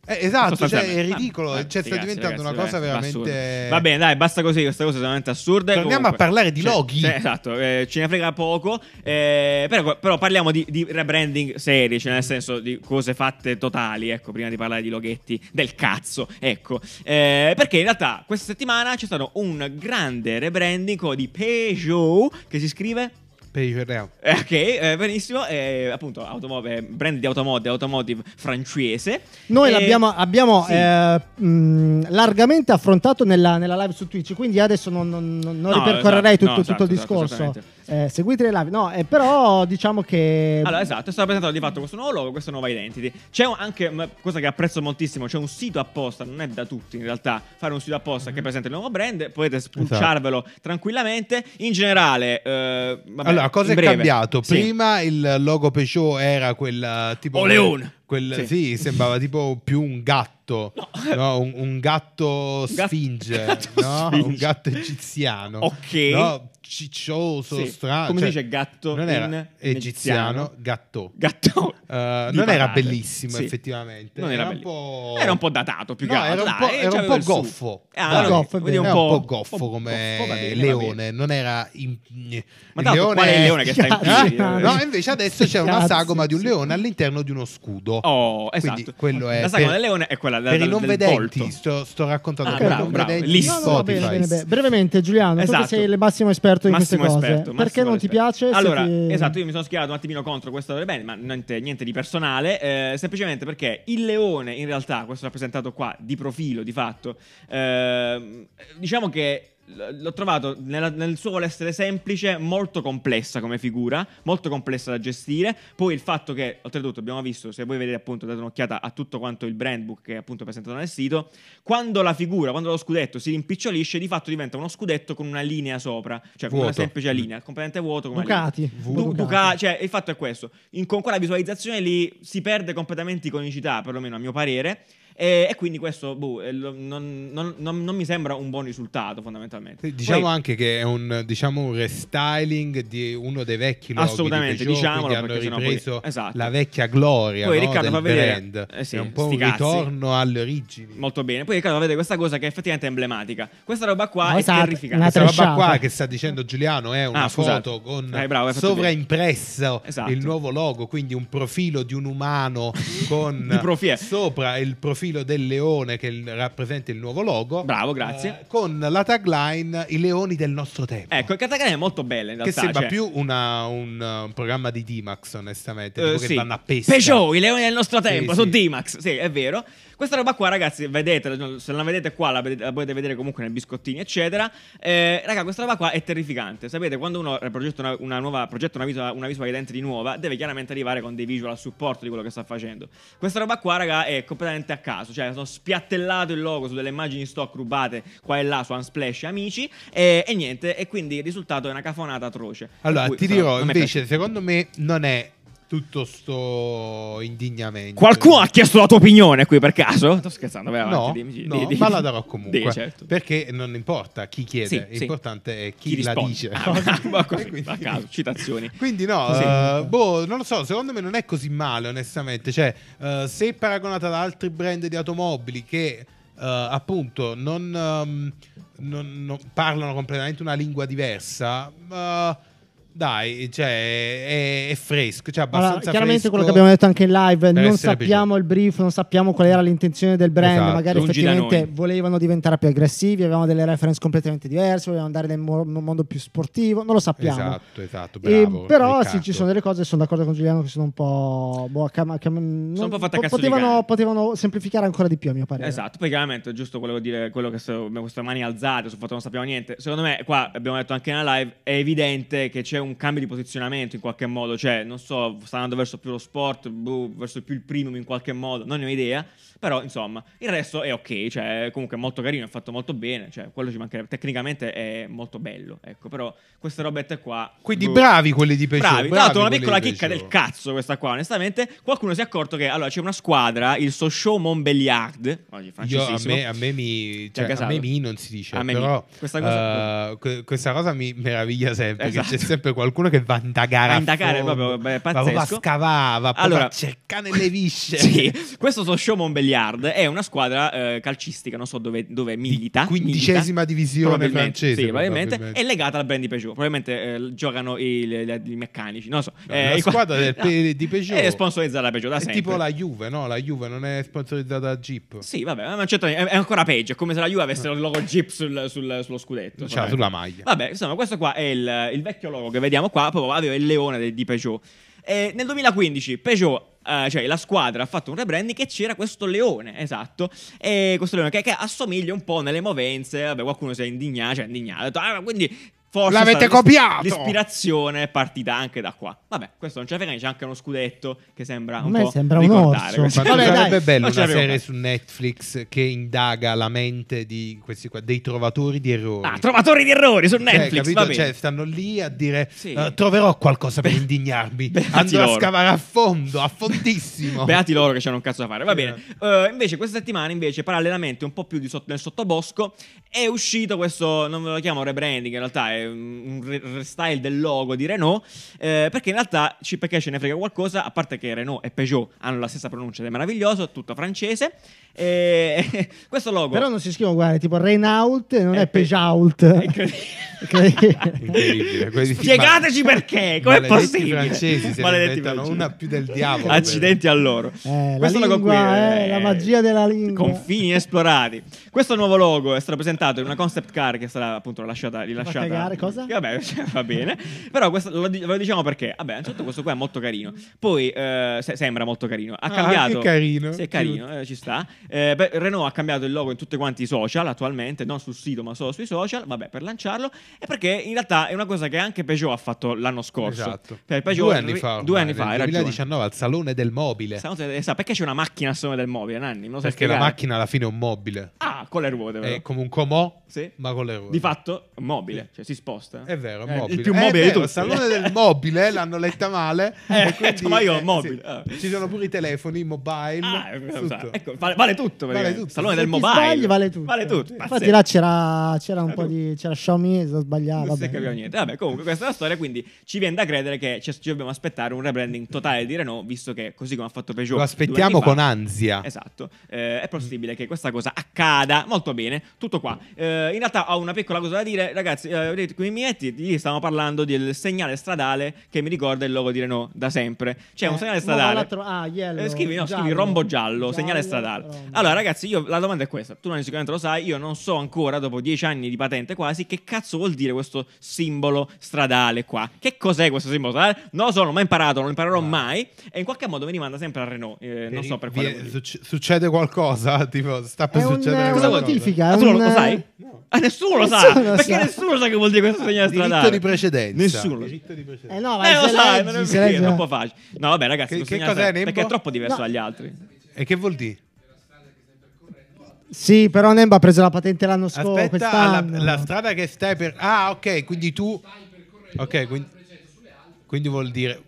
Speaker 3: Eh, esatto, cioè,
Speaker 1: Sostanzialmente.
Speaker 3: è ridicolo.
Speaker 1: Vabbè,
Speaker 3: cioè, sta
Speaker 1: ragazzi,
Speaker 3: diventando
Speaker 1: ragazzi,
Speaker 3: una cosa
Speaker 1: ragazzi,
Speaker 3: veramente.
Speaker 1: assurda. Va bene, dai, basta così. Questa cosa è veramente assurda.
Speaker 3: Torniamo
Speaker 1: Comunque,
Speaker 3: a parlare di
Speaker 1: cioè,
Speaker 3: loghi.
Speaker 1: cioè, esatto, eh, ce ne frega poco. eh, però, però parliamo di, di rebranding serie, cioè nel senso di cose fatte totali. Ecco, prima di parlare di loghetti del cazzo. Ecco, Eh, perché in realtà questa settimana c'è stato un grande rebranding co- di Peugeot che si scrive.
Speaker 3: Per il real.
Speaker 1: Eh, Ok, eh, benissimo. eh, appunto, automobile, brand di automobile, automotive francese.
Speaker 2: Noi
Speaker 1: Eh,
Speaker 2: l'abbiamo abbiamo,
Speaker 1: sì.
Speaker 2: eh, mh, largamente affrontato nella, nella live su Twitch, quindi adesso non, non- non- non
Speaker 1: No,
Speaker 2: ripercorrerei
Speaker 1: esatto,
Speaker 2: tutto,
Speaker 1: no,
Speaker 2: tutto il
Speaker 1: esatto, esatto,
Speaker 2: discorso. Eh, seguite le live, no, eh, però diciamo che...
Speaker 1: Allora, esatto, è stato presentato di fatto questo nuovo logo, questa nuova identity. C'è un- anche una cosa che apprezzo moltissimo: c'è un sito apposta, non è da tutti in realtà, fare un sito apposta
Speaker 3: Mhm.
Speaker 1: che presenta il nuovo brand, potete spulciarvelo tranquillamente. In generale, eh, vabbè,
Speaker 3: Esatto. allora, cosa
Speaker 1: in
Speaker 3: è
Speaker 1: breve.
Speaker 3: cambiato?
Speaker 1: Sì.
Speaker 3: Prima il logo Peugeot era quel eh, tipo.
Speaker 1: Oleon.
Speaker 3: Quel,
Speaker 1: Sì.
Speaker 3: sì. sembrava tipo più un gatto. No. un, un gatto
Speaker 1: Gat-
Speaker 3: sfinge.
Speaker 1: gatto
Speaker 3: no?
Speaker 1: sfinge.
Speaker 3: Un gatto egiziano.
Speaker 1: Ok.
Speaker 3: No? Ciccioso,
Speaker 1: Sì.
Speaker 3: strano.
Speaker 1: Come
Speaker 3: cioè,
Speaker 1: si dice gatto
Speaker 3: Non
Speaker 1: in
Speaker 3: era
Speaker 1: egiziano?
Speaker 3: egiziano, gatto.
Speaker 1: Gatto.
Speaker 3: Eh, non
Speaker 1: Di
Speaker 3: era
Speaker 1: patate.
Speaker 3: bellissimo,
Speaker 1: Sì.
Speaker 3: effettivamente.
Speaker 1: Non era,
Speaker 3: era, un
Speaker 1: bellissimo.
Speaker 3: po'...
Speaker 1: Era un po' datato più che
Speaker 3: No,
Speaker 1: altro,
Speaker 3: era un po',
Speaker 1: dai,
Speaker 3: era un
Speaker 1: c'aveva
Speaker 3: po'
Speaker 1: il suo.
Speaker 3: goffo.
Speaker 1: Eh, allora,
Speaker 2: Dai. Goffo, è
Speaker 1: vedi,
Speaker 2: vero.
Speaker 3: Era un po' goffo
Speaker 1: un po'
Speaker 3: come
Speaker 1: goffo, va bene, va bene.
Speaker 3: leone, non era in...
Speaker 1: Ma tanto qual è il leone che sta in
Speaker 2: Cazzo.
Speaker 1: piedi? eh?
Speaker 2: Ah,
Speaker 3: No, invece adesso c'è una
Speaker 2: Cazzo,
Speaker 3: sagoma di un
Speaker 2: sì.
Speaker 3: leone all'interno di uno scudo.
Speaker 1: Oh, esatto.
Speaker 3: Quindi quello è
Speaker 1: La sagoma
Speaker 3: per-
Speaker 1: del leone è quella da-
Speaker 3: per
Speaker 1: dal-
Speaker 3: i non
Speaker 1: del volto.
Speaker 3: vedenti. Sto, sto raccontando
Speaker 1: Ah,
Speaker 3: per i
Speaker 1: bravo,
Speaker 3: non
Speaker 1: bravo,
Speaker 3: vedenti.
Speaker 1: lì
Speaker 3: di
Speaker 1: No, no, no,
Speaker 2: va
Speaker 3: Spotify.
Speaker 2: bene, bene, bene. Brevemente, Giuliano, tu
Speaker 1: Esatto.
Speaker 2: che sei il massimo esperto di
Speaker 1: Massimo
Speaker 2: queste cose.
Speaker 1: esperto,
Speaker 2: Perché
Speaker 1: massimo
Speaker 2: non ti
Speaker 1: esperto.
Speaker 2: piace? se
Speaker 1: Allora,
Speaker 2: ti-
Speaker 1: esatto, io mi sono schierato un attimino contro questo bene, ma niente, niente di personale, eh, semplicemente perché il leone, in realtà, questo rappresentato qua di profilo, di fatto, ehm, diciamo che l- l'ho trovato nella- nel suo essere semplice molto complessa come figura molto complessa da gestire poi il fatto che oltretutto abbiamo visto se voi vedete appunto date un'occhiata a tutto quanto il brand book che è appunto presentato nel sito quando la figura quando lo scudetto si rimpicciolisce di fatto diventa uno scudetto con una linea sopra cioè con una
Speaker 3: Vuoto.
Speaker 1: semplice linea completamente vuoto come una linea.
Speaker 2: Ducati.
Speaker 1: Du- Duca- cioè, il fatto è questo: In- con quella visualizzazione lì si perde completamente iconicità, perlomeno a mio parere. E, e quindi questo boh, eh, lo- non, non- non- non mi sembra un buon risultato, fondamentalmente.
Speaker 3: Sì, Diciamo
Speaker 1: Poi-
Speaker 3: anche che è un, diciamo, un restyling di uno dei vecchi loghi
Speaker 1: Assolutamente,
Speaker 3: di Peugeot,
Speaker 1: diciamolo,
Speaker 3: quindi hanno
Speaker 1: perché sennò
Speaker 3: ripreso
Speaker 1: poi- esatto.
Speaker 3: la vecchia gloria
Speaker 1: Poi
Speaker 3: no,
Speaker 1: Riccardo
Speaker 3: del
Speaker 1: fa vedere-
Speaker 3: brand.
Speaker 1: eh sì,
Speaker 3: è un po'
Speaker 1: sti
Speaker 3: un
Speaker 1: cazzi.
Speaker 3: ritorno alle origini.
Speaker 1: Molto bene. Poi Riccardo vede questa cosa che è effettivamente emblematica. Questa roba qua
Speaker 2: No,
Speaker 1: è
Speaker 2: esatto,
Speaker 1: terrificante.
Speaker 2: una
Speaker 3: Questa roba
Speaker 2: Tresciata.
Speaker 3: qua che sta dicendo Giuliano è una
Speaker 1: Ah, scusate.
Speaker 3: foto con
Speaker 1: Eh, bravo, hai fatto
Speaker 3: sovraimpresso
Speaker 1: bene. Esatto.
Speaker 3: il nuovo logo, quindi un profilo di un umano con
Speaker 1: Di eh. profie.
Speaker 3: sopra il profilo del leone che il- rappresenta il nuovo logo.
Speaker 1: Bravo, grazie.
Speaker 3: eh, con la tagline I leoni del nostro tempo.
Speaker 1: Ecco, il katakana è molto bella in
Speaker 3: Che
Speaker 1: realtà.
Speaker 3: sembra
Speaker 1: cioè-
Speaker 3: più una- un, uh, un programma di D-Max, onestamente.
Speaker 1: Eh,
Speaker 3: tipo che
Speaker 1: sì.
Speaker 3: vanno a pesca.
Speaker 1: Peugeot, i leoni del nostro
Speaker 3: Sì,
Speaker 1: tempo,
Speaker 3: sì.
Speaker 1: su D-Max. Sì, è vero. Questa roba qua, ragazzi, vedete, se non la vedete qua, la, vedete- la potete vedere comunque nei biscottini, eccetera. Eh, raga, questa roba qua è terrificante. Sapete, quando uno progetta una, una nuova, progetta una visual, una visual identity nuova, deve chiaramente arrivare con dei visual a supporto di quello che sta facendo. Questa roba qua, raga, è completamente a caso. Cioè, sono spiattellato il logo su delle immagini in stock rubate qua e là su Unsplash e amici. E, e niente, e quindi il risultato è una cafonata atroce.
Speaker 3: Allora,
Speaker 1: Per cui
Speaker 3: ti
Speaker 1: questa-
Speaker 3: dirò,
Speaker 1: non mi è
Speaker 3: invece, secondo me non è tutto sto indignamento.
Speaker 1: Qualcuno ha chiesto la tua opinione qui per caso? Sto scherzando, vai avanti,
Speaker 3: No,
Speaker 1: dimmi,
Speaker 3: no
Speaker 1: Eh, di- di-
Speaker 3: ma la darò comunque.
Speaker 1: Di- certo.
Speaker 3: Perché non importa chi chiede,
Speaker 1: Sì, sì.
Speaker 3: l'importante è chi,
Speaker 1: Chi
Speaker 3: la
Speaker 1: risponde.
Speaker 3: dice.
Speaker 1: Ah, ma- ma così,
Speaker 3: Quindi-
Speaker 1: a caso, citazioni.
Speaker 3: Quindi no,
Speaker 1: Così.
Speaker 3: eh, boh, non lo so, secondo me non è così male, onestamente. Cioè, eh, se paragonata ad altri brand di automobili che eh, appunto non, ehm, non- non- parlano completamente una lingua diversa, eh, dai, cioè, è, è fresco, cioè
Speaker 2: Allora,
Speaker 3: abbastanza
Speaker 2: chiaramente
Speaker 3: fresco.
Speaker 2: quello che abbiamo detto anche in live,
Speaker 3: per
Speaker 2: non
Speaker 3: essere
Speaker 2: sappiamo il brief, non sappiamo qual era l'intenzione del brand,
Speaker 3: Esatto.
Speaker 2: magari
Speaker 1: Lungi da
Speaker 2: effettivamente
Speaker 1: noi.
Speaker 2: volevano diventare più aggressivi, avevano delle reference completamente diverse, volevano andare nel mo- mondo più sportivo, non lo sappiamo.
Speaker 3: Esatto, esatto,
Speaker 2: E
Speaker 3: bravo,
Speaker 2: però
Speaker 3: Riccardo.
Speaker 2: sì, ci sono delle cose, sono d'accordo con Giuliano, che sono un po'... Boh, cam- cam- non-
Speaker 1: un po' fatte a cazzo di
Speaker 2: potevano,
Speaker 1: cane.
Speaker 2: potevano semplificare ancora di più, a mio parere.
Speaker 1: Esatto, poi chiaramente giusto volevo dire quello che so- queste mani alzate sul fatto che non sappiamo niente. Secondo me, qua abbiamo detto anche nella live, è evidente che c'è un cambio di posizionamento in qualche modo. Cioè, non so, sta andando verso più lo sport, boh, verso più il premium in qualche modo, non ne ho idea. Però, insomma, il resto è ok. Cioè, comunque è molto carino, è fatto molto bene. Cioè, quello ci mancherebbe. Tecnicamente è molto bello. Ecco, però queste robette qua.
Speaker 3: Quindi
Speaker 1: boh.
Speaker 3: bravi quelli di Peugeot.
Speaker 1: Bravi, tra l'altro una
Speaker 3: bravi
Speaker 1: piccola
Speaker 3: quelli di
Speaker 1: chicca del
Speaker 3: Peugeot.
Speaker 1: cazzo questa qua, onestamente. Qualcuno si è accorto che allora c'è una squadra, il Sochaux Montbéliard, oggi
Speaker 3: Io, a,
Speaker 1: francesissimo.
Speaker 3: me, a me mi
Speaker 1: Ti ha
Speaker 3: cioè, a
Speaker 1: gasato?
Speaker 3: me mi non si dice
Speaker 1: A me mi.
Speaker 3: però
Speaker 1: Questa cosa-
Speaker 3: eh, que- questa cosa mi meraviglia sempre che
Speaker 1: Esatto.
Speaker 3: c'è sempre qualcuno che va a indagare.
Speaker 1: A
Speaker 3: a
Speaker 1: indagare,
Speaker 3: fondo,
Speaker 1: proprio, beh,
Speaker 3: va proprio a
Speaker 1: pazzesco.
Speaker 3: scavava, proprio
Speaker 1: Allora-
Speaker 3: a cercare le visce.
Speaker 1: Sì, questo Soscio Montbéliard è una squadra eh, calcistica, non so dove, dove milita.
Speaker 3: quindicesima
Speaker 1: milita,
Speaker 3: divisione
Speaker 1: probabilmente,
Speaker 3: francese,
Speaker 1: Sì, probabilmente,
Speaker 3: probabilmente.
Speaker 1: È legata al brand di Peugeot. Probabilmente eh, giocano i, le- le- i meccanici, non lo so.
Speaker 3: No, la
Speaker 1: i Eh, qua-
Speaker 3: squadra del Pe- di Peugeot.
Speaker 1: È sponsorizzata da Peugeot da
Speaker 3: È
Speaker 1: sempre.
Speaker 3: tipo la Juve, no? La Juve non è sponsorizzata da Jeep.
Speaker 1: Sì, vabbè, ma non c'entra niente, è, è ancora peggio. È come se la Juve avesse il logo Jeep sul- sul- sullo scudetto.
Speaker 3: Cioè,
Speaker 1: Vabbè.
Speaker 3: sulla maglia.
Speaker 1: Vabbè, insomma, questo qua è il, il vecchio logo che vediamo qua, proprio aveva il leone de- di Peugeot. Eh, nel 2015 Peugeot, eh, cioè la squadra, ha fatto un rebranding e c'era questo leone, esatto, e questo leone che, che assomiglia un po' nelle movenze, vabbè, qualcuno si è indignato, cioè è indignato, ha detto, "Ah, ma quindi forse...
Speaker 3: L'avete
Speaker 1: sta- l'is-
Speaker 3: copiato!"
Speaker 1: L'ispirazione è partita anche da qua. Vabbè, questo non c'è frega, c'è anche uno scudetto che sembra un
Speaker 2: A me
Speaker 1: po'
Speaker 2: sembra un
Speaker 1: ricordare
Speaker 2: orso.
Speaker 1: questo.
Speaker 3: Ma
Speaker 2: Vabbè,
Speaker 3: sarebbe
Speaker 2: dai,
Speaker 3: bello
Speaker 1: non ci
Speaker 3: una
Speaker 1: arrivo
Speaker 3: serie
Speaker 1: mai.
Speaker 3: su Netflix che indaga la mente di questi qua, dei trovatori di errori.
Speaker 1: Ah, trovatori di errori su
Speaker 3: Cioè,
Speaker 1: Netflix,
Speaker 3: capito?
Speaker 1: va bene.
Speaker 3: Cioè, stanno lì a dire
Speaker 1: Sì.
Speaker 3: "Eh, troverò qualcosa per indignarmi.
Speaker 1: beati
Speaker 3: Andrò
Speaker 1: loro."
Speaker 3: a scavare a fondo, a fondissimo.
Speaker 1: Beati loro che c'hanno un cazzo da fare. Va bene.
Speaker 3: Esatto.
Speaker 1: Eh, invece, questa settimana, invece, parallelamente, un po' più di sotto- nel sottobosco, è uscito questo. Non ve lo chiamo rebranding, in realtà è un un re- restyle del logo di Renault. eh, perché in realtà ci perché ce ne frega qualcosa, a parte che Renault e Peugeot hanno la stessa pronuncia ed è meraviglioso, tutto francese. Eh, questo logo.
Speaker 2: Però non si scrive uguale, tipo Renault e non
Speaker 1: È
Speaker 2: è
Speaker 1: pe-
Speaker 2: Peugeot.
Speaker 1: Incredibile.
Speaker 3: Incredibile. questi-
Speaker 1: Spiegateci
Speaker 3: ma-
Speaker 1: perché, com'è
Speaker 3: maledetti
Speaker 1: possibile?
Speaker 3: francesi se ne
Speaker 1: Maledetti
Speaker 3: inventano
Speaker 1: francesi.
Speaker 3: una più del diavolo.
Speaker 1: Accidenti a loro.
Speaker 2: Eh, la
Speaker 1: Questo logo qui
Speaker 2: lingua,
Speaker 1: è-
Speaker 2: eh, la magia della lingua.
Speaker 1: Confini esplorati. Questo nuovo logo è stato presentato in una concept car che sarà appunto rilasciata. rilasciata
Speaker 2: cagare, cosa?
Speaker 1: Che Vabbè, cioè, va bene. Però questo, lo, di- ve lo diciamo perché. Vabbè, innanzitutto questo qua è molto carino. Poi eh, se- sembra molto carino. Ha
Speaker 3: Ah,
Speaker 1: cambiato.
Speaker 3: che carino.
Speaker 1: Sì, è carino, eh, ci sta. Eh, beh, Renault ha cambiato il logo in tutti quanti i social attualmente, non sul sito ma solo sui social. Vabbè, per lanciarlo. E perché in realtà è una cosa che anche Peugeot ha fatto l'anno scorso.
Speaker 3: Esatto.
Speaker 1: Per Peugeot,
Speaker 3: due anni fa.
Speaker 1: Due
Speaker 3: ormai,
Speaker 1: anni fa, hai
Speaker 3: nel
Speaker 1: ragione.
Speaker 3: 2019 al Salone del Mobile.
Speaker 1: Sa- eh, sa- perché c'è una macchina assomma del mobile, Nanni? Me lo sai
Speaker 3: Perché la
Speaker 1: spiegare?
Speaker 3: macchina alla fine è un mobile.
Speaker 1: Ah, con le ruote, vero?
Speaker 3: È come un comò,
Speaker 1: Sì.
Speaker 3: ma con le ruote.
Speaker 1: Di fatto, mobile, cioè si sposta.
Speaker 3: È vero, è
Speaker 1: Eh,
Speaker 3: mobile.
Speaker 1: Il più
Speaker 3: Eh,
Speaker 1: mobile
Speaker 3: è
Speaker 1: di
Speaker 3: vero,
Speaker 1: tutti.
Speaker 3: Il salone del mobile l'hanno letta male.
Speaker 1: Eh,
Speaker 3: e quindi,
Speaker 1: ma io,
Speaker 3: sì,
Speaker 1: mobile, eh.
Speaker 3: ci sono pure i telefoni, i mobile.
Speaker 1: Ah, eh,
Speaker 3: tutto.
Speaker 1: ecco, vale, vale tutto,
Speaker 3: Vale
Speaker 1: perché
Speaker 3: tutto.
Speaker 1: Salone
Speaker 3: Se
Speaker 1: del
Speaker 2: ti
Speaker 1: mobile.
Speaker 2: sbagli vale tutto.
Speaker 1: Vale tutto.
Speaker 2: Infatti
Speaker 1: pazzesco.
Speaker 2: là c'era, c'era un
Speaker 1: Ah,
Speaker 2: po'
Speaker 1: tu-
Speaker 2: di... c'era Xiaomi, se ho sbagliato.
Speaker 1: Non si è
Speaker 2: vabbè.
Speaker 1: capito niente. Vabbè, comunque questa è la storia, quindi ci viene da credere che cioè, ci, ci dobbiamo aspettare un rebranding totale di Renault, visto che così come ha fatto Peugeot.
Speaker 3: Lo aspettiamo
Speaker 1: due anni
Speaker 3: con
Speaker 1: fa-
Speaker 3: ansia.
Speaker 1: Esatto, Eh, è possibile che questa cosa accada. Molto bene, tutto qua. Eh, in realtà ho una piccola cosa da dire, ragazzi. eh, vedete, qui mi metti, lì stiamo parlando del segnale stradale che mi ricorda il logo di Renault da sempre. C'è un
Speaker 2: Eh,
Speaker 1: segnale
Speaker 2: no,
Speaker 1: stradale.
Speaker 2: l'altro- ah, yellow,
Speaker 1: Eh, scrivi, no,
Speaker 2: giallo.
Speaker 1: scrivi rombo giallo, segnale
Speaker 2: Giallo,
Speaker 1: stradale.
Speaker 2: rombo.
Speaker 1: Allora, ragazzi, io, la domanda è questa. Tu Nani, sicuramente lo sai, io non so ancora, dopo dieci anni di patente quasi, che cazzo vuol dire questo simbolo stradale qua. Che cos'è questo simbolo stradale? Non lo so, non l'ho mai imparato, non lo imparerò
Speaker 3: Ma-
Speaker 1: mai. E in qualche modo mi rimanda sempre a Renault. eh, non so per
Speaker 3: Vi-
Speaker 1: quale
Speaker 3: vi-
Speaker 1: motivo.
Speaker 3: succe- Succede qualcosa? Tipo, sta per
Speaker 2: È un-
Speaker 3: succedere
Speaker 2: una
Speaker 1: Cosa vuol
Speaker 3: qualcosa.
Speaker 1: dire?
Speaker 2: notifica,
Speaker 1: Ah,
Speaker 2: è
Speaker 1: tu non
Speaker 2: un-
Speaker 1: lo sai? Ah, nessuno lo sa!
Speaker 2: Nessuno lo
Speaker 1: perché
Speaker 2: sa.
Speaker 1: nessuno sa che vuol dire questo segnale
Speaker 3: Diritto
Speaker 1: stradale.
Speaker 3: di precedenza.
Speaker 1: Nessuno. lo sa.
Speaker 3: Diritto di precedenza.
Speaker 2: Eh no, ma
Speaker 1: Eh, lo
Speaker 2: se
Speaker 1: sai,
Speaker 2: leggi,
Speaker 1: ma non è
Speaker 2: se
Speaker 1: perché, è
Speaker 2: leggi-
Speaker 1: troppo facile. No, vabbè, ragazzi,
Speaker 3: Che-
Speaker 1: questo
Speaker 3: che
Speaker 1: segnale
Speaker 3: cos'è,
Speaker 1: stradale-
Speaker 3: Nembo?
Speaker 1: Perché è troppo diverso
Speaker 2: No.
Speaker 1: dagli altri.
Speaker 3: E che vuol dire?
Speaker 2: Sì, però Nemba ha preso la patente l'anno scorso,
Speaker 3: Aspetta,
Speaker 2: quest'anno.
Speaker 3: la, la strada che stai per... Ah, ok, quindi tu... Ok, quindi, quindi vuol dire...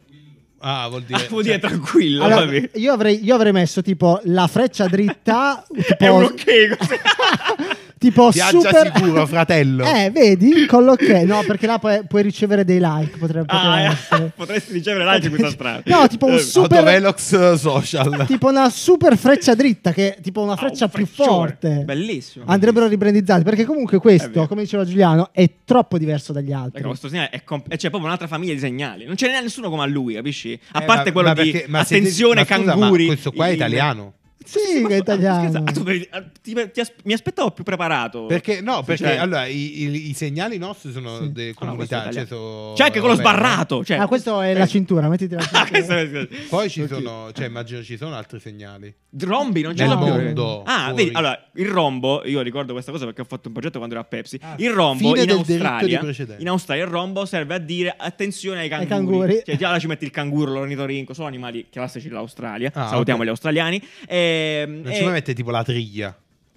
Speaker 3: Ah, vuol dire...
Speaker 1: Ah, vuol
Speaker 3: cioè-
Speaker 1: dire tranquillo,
Speaker 2: Allora,
Speaker 1: vabbè.
Speaker 2: io, avrei, io avrei messo tipo la freccia dritta, tipo,
Speaker 1: È un ok così.
Speaker 2: tipo
Speaker 3: Viaggia
Speaker 2: super...
Speaker 3: sicuro, fratello.
Speaker 2: Eh, vedi? Con l'ok. No, perché là puoi, puoi ricevere dei like. Potrebbe, poteva
Speaker 1: Ah, eh,
Speaker 2: essere.
Speaker 1: potresti ricevere like in questa strada.
Speaker 2: No, tipo un
Speaker 1: Eh,
Speaker 2: super-
Speaker 3: Autovelox eh,
Speaker 1: Esatto.
Speaker 3: social.
Speaker 2: Tipo una super freccia dritta, che è tipo una
Speaker 1: ah,
Speaker 2: freccia
Speaker 1: un
Speaker 2: più
Speaker 1: freccione.
Speaker 2: forte.
Speaker 1: Bellissimo.
Speaker 2: Andrebbero ribrandizzati perché comunque
Speaker 1: È vero.
Speaker 2: questo, come diceva Giuliano, è troppo diverso dagli altri.
Speaker 1: Ecco, questo segnale è comp- c'è proprio un'altra famiglia di segnali. Non ce n'è nessuno come a lui, capisci? A
Speaker 3: Eh,
Speaker 1: parte
Speaker 3: ma-
Speaker 1: quello
Speaker 3: ma
Speaker 1: di
Speaker 3: perché- ma siete-
Speaker 1: attenzione,
Speaker 3: ma scusa, ma
Speaker 1: canguri.
Speaker 3: questo qua è
Speaker 1: il-
Speaker 3: italiano.
Speaker 2: Sì, che è
Speaker 1: Scusa,
Speaker 2: italiano.
Speaker 1: ah, tu vedi, ah, ti- ti as- mi aspettavo più preparato.
Speaker 3: Perché no, perché
Speaker 1: Cioè-
Speaker 3: allora i, i- i segnali nostri sono
Speaker 2: Sì.
Speaker 3: delle
Speaker 1: Ah, no, questo è
Speaker 3: comunità. cioè,
Speaker 1: italiano.
Speaker 3: sono-
Speaker 1: C'è anche quello
Speaker 3: vabbè, no?
Speaker 1: sbarrato. Cioè...
Speaker 2: Ah, questo è la cintura, mettiti la
Speaker 1: Ah, questo
Speaker 2: cintura.
Speaker 1: è- questo-
Speaker 3: Poi ci sono, cioè immagino ci sono altri segnali.
Speaker 1: Rombi non ce
Speaker 3: Nel
Speaker 1: l'ho più.
Speaker 3: mondo,
Speaker 1: Ah,
Speaker 3: fuori.
Speaker 1: vedi, allora, il rombo, io ricordo questa cosa perché ho fatto un progetto quando ero a Pepsi. il rombo
Speaker 3: Ah, fine
Speaker 1: in
Speaker 3: del diritto di
Speaker 1: Australia,
Speaker 3: precedenza.
Speaker 1: in Australia il rombo serve a dire attenzione ai canguri.
Speaker 2: canguri.
Speaker 1: Cioè, già là ci metti il canguro, l'ornitorinco, sono animali classici dell'Australia.
Speaker 3: Ah,
Speaker 1: Salutiamo
Speaker 3: ok.
Speaker 1: gli australiani. Ehm,
Speaker 3: Non
Speaker 1: e-
Speaker 3: ci puoi mettere tipo la triglia.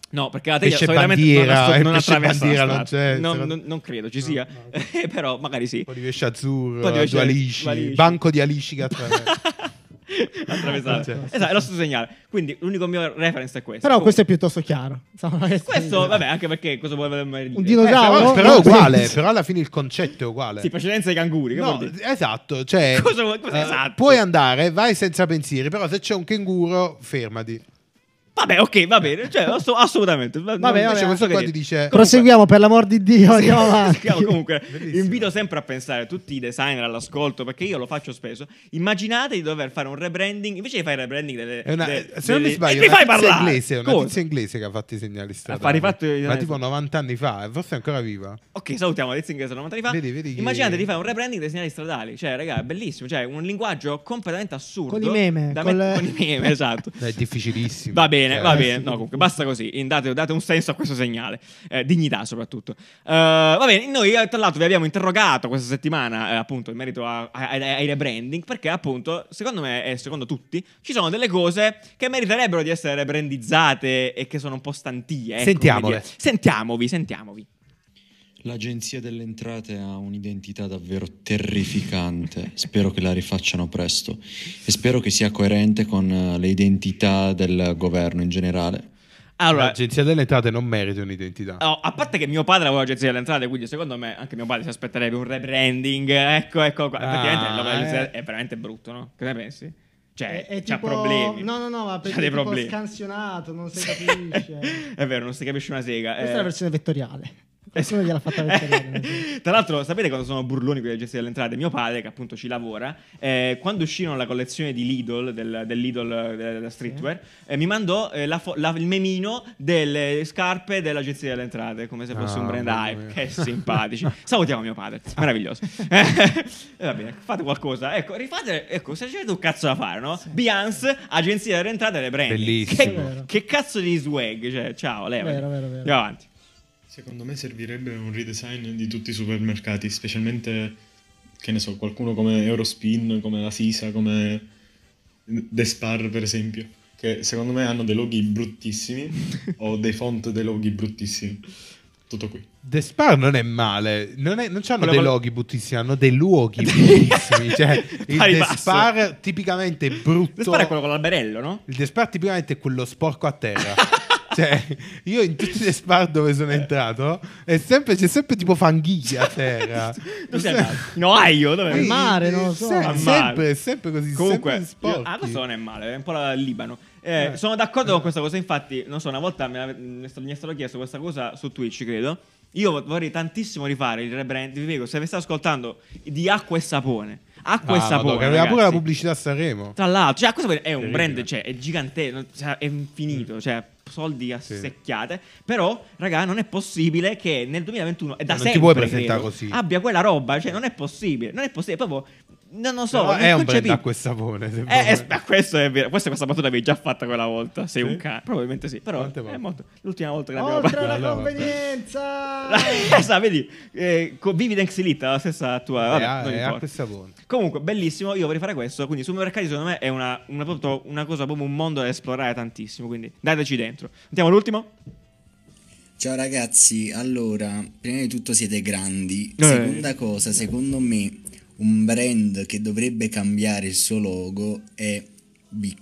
Speaker 1: No, perché la teglia
Speaker 3: Pesce
Speaker 1: solitamente non,
Speaker 3: bandiera,
Speaker 1: asso-
Speaker 3: eh,
Speaker 1: non
Speaker 3: pesce
Speaker 1: attraversa la
Speaker 3: bandiera non
Speaker 1: strada.
Speaker 3: c'è,
Speaker 1: non,
Speaker 3: secondo-
Speaker 1: non- non credo ci sia, però magari sì.
Speaker 3: Un po' di pesce azzurro,
Speaker 1: Un po' di pesce-
Speaker 3: due alici,
Speaker 1: alici.
Speaker 3: banco di alici che attraversa. Eh,
Speaker 1: attraversare.
Speaker 3: Certo.
Speaker 1: Esatto, è lo stesso segnale. Quindi l'unico mio reference è questo.
Speaker 2: Però questo è piuttosto chiaro. Insomma,
Speaker 1: Questo, vabbè, anche perché cosa vuole dire?
Speaker 2: Un dinosauro?
Speaker 3: però,
Speaker 2: No,
Speaker 3: però
Speaker 2: no,
Speaker 3: è uguale,
Speaker 2: sì.
Speaker 3: però alla fine il concetto è uguale.
Speaker 1: Eh, Sì, precedenza ai canguri, che
Speaker 3: No,
Speaker 1: vuol dire?
Speaker 3: esatto, cioè,
Speaker 1: Cosa vuoi- cosa-
Speaker 3: eh,
Speaker 1: esatto.
Speaker 3: puoi andare, vai senza pensieri, però se c'è un canguro, fermati.
Speaker 1: Vabbè, ok, va bene, cioè, ass- assolutamente. Vabbè,
Speaker 3: Invece questo qua ti dice-
Speaker 2: Proseguiamo, per l'amor di Dio. Andiamo avanti.
Speaker 1: Comunque, comunque,
Speaker 3: Bellissimo.
Speaker 1: invito sempre a pensare tutti i designer all'ascolto perché io lo faccio spesso. Immaginate di dover fare un rebranding invece di fare il rebranding delle,
Speaker 3: È una-
Speaker 1: delle-
Speaker 3: se non mi
Speaker 1: delle-
Speaker 3: sbaglio,
Speaker 1: e Eh, mi
Speaker 3: è
Speaker 1: fai
Speaker 3: una tizia
Speaker 1: parlare.
Speaker 3: inglese, è una
Speaker 1: Cosa?
Speaker 3: tizia inglese che ha fatto i segnali stradali.
Speaker 1: fa rifatto i-
Speaker 3: Ma tipo 90 anni fa, e forse è ancora viva.
Speaker 1: Ok, salutiamo Alessia Inglese 90 anni fa.
Speaker 3: Vedi, vedi che-
Speaker 1: Immaginate di fare un rebranding dei segnali stradali. Cioè, raga, è bellissimo. Cioè, un linguaggio completamente assurdo.
Speaker 2: Con i meme,
Speaker 1: da
Speaker 2: col-
Speaker 1: met- con i meme, esatto.
Speaker 3: È difficilissimo.
Speaker 1: Va bene,
Speaker 3: Cioè,
Speaker 1: va bene. No, comunque, basta così. In- Date, date un senso a questo segnale. Eh, dignità, soprattutto. Eh, va bene, noi eh, tra l'altro vi abbiamo interrogato questa settimana, eh, appunto, in merito a- a- ai, ai rebranding, perché appunto, secondo me e secondo tutti, ci sono delle cose che meriterebbero di essere brandizzate e che sono un po' stantie. ecco,
Speaker 3: Sentiamole.
Speaker 1: come dire. Sentiamovi, sentiamovi.
Speaker 6: L'agenzia delle entrate ha un'identità davvero terrificante, spero che la rifacciano presto e spero che sia coerente con eh, le identità del governo in generale.
Speaker 1: Allora,
Speaker 3: L'agenzia delle entrate non merita un'identità.
Speaker 1: Oh, a parte che mio padre aveva l'agenzia delle entrate, quindi secondo me anche mio padre si aspetterebbe un rebranding. Ecco, ecco qua.
Speaker 3: Ah,
Speaker 1: Effettivamente la-
Speaker 3: eh.
Speaker 1: è veramente brutto, no? Cosa ne pensi? Cioè,
Speaker 2: È- è
Speaker 1: c'ha
Speaker 2: tipo-
Speaker 1: problemi.
Speaker 2: No, no, no, ma perché
Speaker 1: C'ha dei
Speaker 2: è tipo
Speaker 1: problemi. Eh.
Speaker 2: scansionato, non si capisce.
Speaker 1: è vero, non si capisce una sega.
Speaker 2: Questa
Speaker 1: eh.
Speaker 2: è la versione vettoriale. Nessuno gliel'ha fatta vettoriale.
Speaker 1: Tra l'altro, sapete cosa sono burloni con le agenzie delle entrate? Mio padre, che appunto ci lavora, eh, quando uscirono la collezione di Lidl, del, del Lidl eh, della streetwear, eh, mi mandò eh, la fo- la- il memino delle scarpe dell'agenzia delle entrate, come se fosse
Speaker 3: Ah,
Speaker 1: un brand
Speaker 3: mamma
Speaker 1: hype.
Speaker 3: mia. Ah.
Speaker 1: Che simpatici. Salutiamo mio padre, meraviglioso. Eh, va bene, fate qualcosa. Ecco, rifate, ecco, se c'è un cazzo da fare, no? Beyoncé, agenzia delle entrate delle brand.
Speaker 3: Bellissimo.
Speaker 1: Che, che cazzo di swag, cioè, ciao, leva.
Speaker 2: Vero, vero, vero.
Speaker 1: Andiamo avanti.
Speaker 7: Secondo me servirebbe un redesign di tutti i supermercati, specialmente, che ne so, qualcuno come Eurospin, come la Sisa, come Despar per esempio, che secondo me hanno dei loghi bruttissimi o dei font dei loghi bruttissimi. Tutto qui.
Speaker 3: The Spar non è male, non, è- non c'hanno
Speaker 1: Quello
Speaker 3: dei
Speaker 1: col-
Speaker 3: loghi bruttissimi, hanno dei luoghi bruttissimi. cioè, il
Speaker 1: Pari
Speaker 3: The
Speaker 1: basso.
Speaker 3: Spar tipicamente brutto.
Speaker 1: Spara è quello con l'alberello, no?
Speaker 3: Il The Spar tipicamente è quello sporco a terra. cioè, io in tutti i The Spar dove sono entrato è sempre- c'è sempre tipo fanghiglia a terra.
Speaker 1: Dove sei andato? In Ohio? Dove?
Speaker 2: Al
Speaker 3: Sì,
Speaker 2: mare, non lo
Speaker 3: eh,
Speaker 2: so.
Speaker 3: se-
Speaker 1: mare.
Speaker 2: Al
Speaker 3: sempre, sempre così.
Speaker 1: Comunque,
Speaker 3: sempre sporchi.
Speaker 1: io- ah, questo non è male, è un po' la Libano. Eh,
Speaker 3: Eh.
Speaker 1: Sono d'accordo con questa cosa, infatti, non so, una volta mi ave- mi è sta- mi è stato chiesto questa cosa su Twitch, credo. Io vo- vorrei tantissimo rifare il rebrand, vi prego, se mi state ascoltando, di Acqua e Sapone. Acqua e
Speaker 3: Ah,
Speaker 1: Sapone.
Speaker 3: madonna, che aveva pure la
Speaker 1: ragazzi.
Speaker 3: pubblicità a Sanremo.
Speaker 1: Tra l'altro, cioè, Acqua e Sapone è un
Speaker 3: Terribile.
Speaker 1: brand, cioè, è gigante, non- cioè, è infinito, cioè, soldi a
Speaker 3: Sì.
Speaker 1: secchiate. Però, raga, non è possibile che nel 2021, e da
Speaker 3: Non ti
Speaker 1: sempre,
Speaker 3: puoi presentare
Speaker 1: credo,
Speaker 3: così.
Speaker 1: abbia quella roba, cioè, non è possibile, non è possibile, proprio... Non lo so,
Speaker 3: Però
Speaker 1: non
Speaker 3: è un brand
Speaker 1: concepibile.
Speaker 3: acqua e sapone. se
Speaker 1: Eh,
Speaker 3: vuoi.
Speaker 1: eh, sp- questo è vero. Questa, questa battuta l'avevi già fatta quella volta. Sei un cane. Probabilmente sì. Però
Speaker 3: Quante
Speaker 1: è
Speaker 3: volte?
Speaker 1: molto. L'ultima volta che l'abbiamo
Speaker 2: Oltre
Speaker 1: fatta.
Speaker 2: alla
Speaker 3: Allora,
Speaker 2: convenienza.
Speaker 1: Esatto, vedi. Eh, co- vivi da Xilita, la stessa tua.
Speaker 3: Eh,
Speaker 1: Vabbè,
Speaker 3: ah,
Speaker 1: non
Speaker 3: è
Speaker 1: importa.
Speaker 3: acqua e sapone.
Speaker 1: Comunque, bellissimo. Io vorrei fare questo. Quindi, sui mercati, secondo me, è una, una, proprio, una cosa, proprio un mondo da esplorare tantissimo. Quindi, dateci dentro. Andiamo all'ultimo.
Speaker 8: Ciao ragazzi, allora, prima di tutto siete grandi.
Speaker 1: Eh.
Speaker 8: Seconda cosa, secondo me, un brand che dovrebbe cambiare il suo logo è Bic,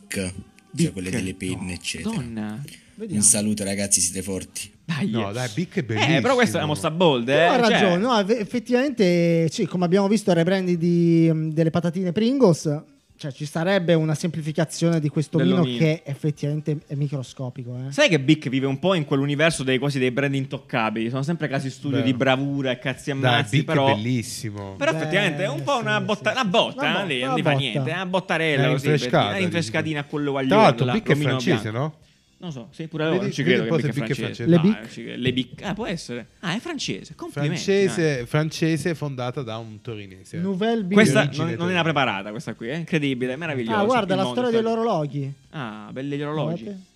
Speaker 1: Bic.
Speaker 8: cioè quelle delle penne,
Speaker 1: No,
Speaker 8: eccetera.
Speaker 1: Madonna.
Speaker 8: Un saluto ragazzi, siete forti.
Speaker 1: Dai.
Speaker 3: No, dai, Bic è
Speaker 1: Eh, però questa è
Speaker 3: bellissimo.
Speaker 1: una mossa bold. Eh.
Speaker 2: No, ha
Speaker 1: cioè-
Speaker 2: ragione, no, eff- effettivamente, sì, come abbiamo visto, i rebranding di, mh, delle patatine Pringles. Cioè, ci sarebbe una semplificazione di questo mino
Speaker 1: Dell'omino.
Speaker 2: che effettivamente è microscopico. eh.
Speaker 1: Sai che Bic vive un po' in quell'universo dei quasi dei brand intoccabili? Sono sempre casi studio
Speaker 3: Vero.
Speaker 1: di bravura e cazzi e
Speaker 3: Dai,
Speaker 1: mazzi,
Speaker 3: Bic
Speaker 1: però...
Speaker 3: è bellissimo.
Speaker 1: Però
Speaker 2: Beh,
Speaker 1: effettivamente è un po'
Speaker 2: sì,
Speaker 1: una,
Speaker 2: sì,
Speaker 1: botta,
Speaker 2: sì.
Speaker 1: una botta,
Speaker 2: Una
Speaker 1: eh,
Speaker 2: botta,
Speaker 1: lì,
Speaker 2: una
Speaker 1: non gli fa
Speaker 2: botta.
Speaker 1: niente, è una
Speaker 3: È
Speaker 1: bottarella così, per-
Speaker 3: rinfrescata,
Speaker 1: una rinfrescatina
Speaker 3: dici.
Speaker 1: con lo
Speaker 3: Tra l'altro,
Speaker 1: guaglione,
Speaker 3: Bic è
Speaker 1: l'omino
Speaker 3: francese,
Speaker 1: bianco.
Speaker 3: no?
Speaker 1: Non so, sei pure loro, non
Speaker 3: Vedi-
Speaker 1: ci
Speaker 3: vedi
Speaker 1: credo
Speaker 3: un
Speaker 1: che
Speaker 3: po'
Speaker 1: Bic
Speaker 3: se
Speaker 1: è
Speaker 3: Bic è
Speaker 1: francese.
Speaker 2: francese. Le
Speaker 1: Dai,
Speaker 2: Bic?
Speaker 1: ci- Le Bic, ah può essere. Ah, è francese, complimenti. dai.
Speaker 3: Francese, francese fondata da un torinese.
Speaker 2: Nouvelle Bic.
Speaker 1: Questa
Speaker 3: origine
Speaker 1: non, non era
Speaker 3: italiana.
Speaker 1: preparata questa qui, è incredibile, meravigliosa.
Speaker 2: Ah, guarda,
Speaker 1: Il
Speaker 2: la
Speaker 1: mondo
Speaker 2: storia
Speaker 1: è
Speaker 2: degli
Speaker 1: quello.
Speaker 2: orologi.
Speaker 1: Ah, belli gli orologi.
Speaker 2: Guardate.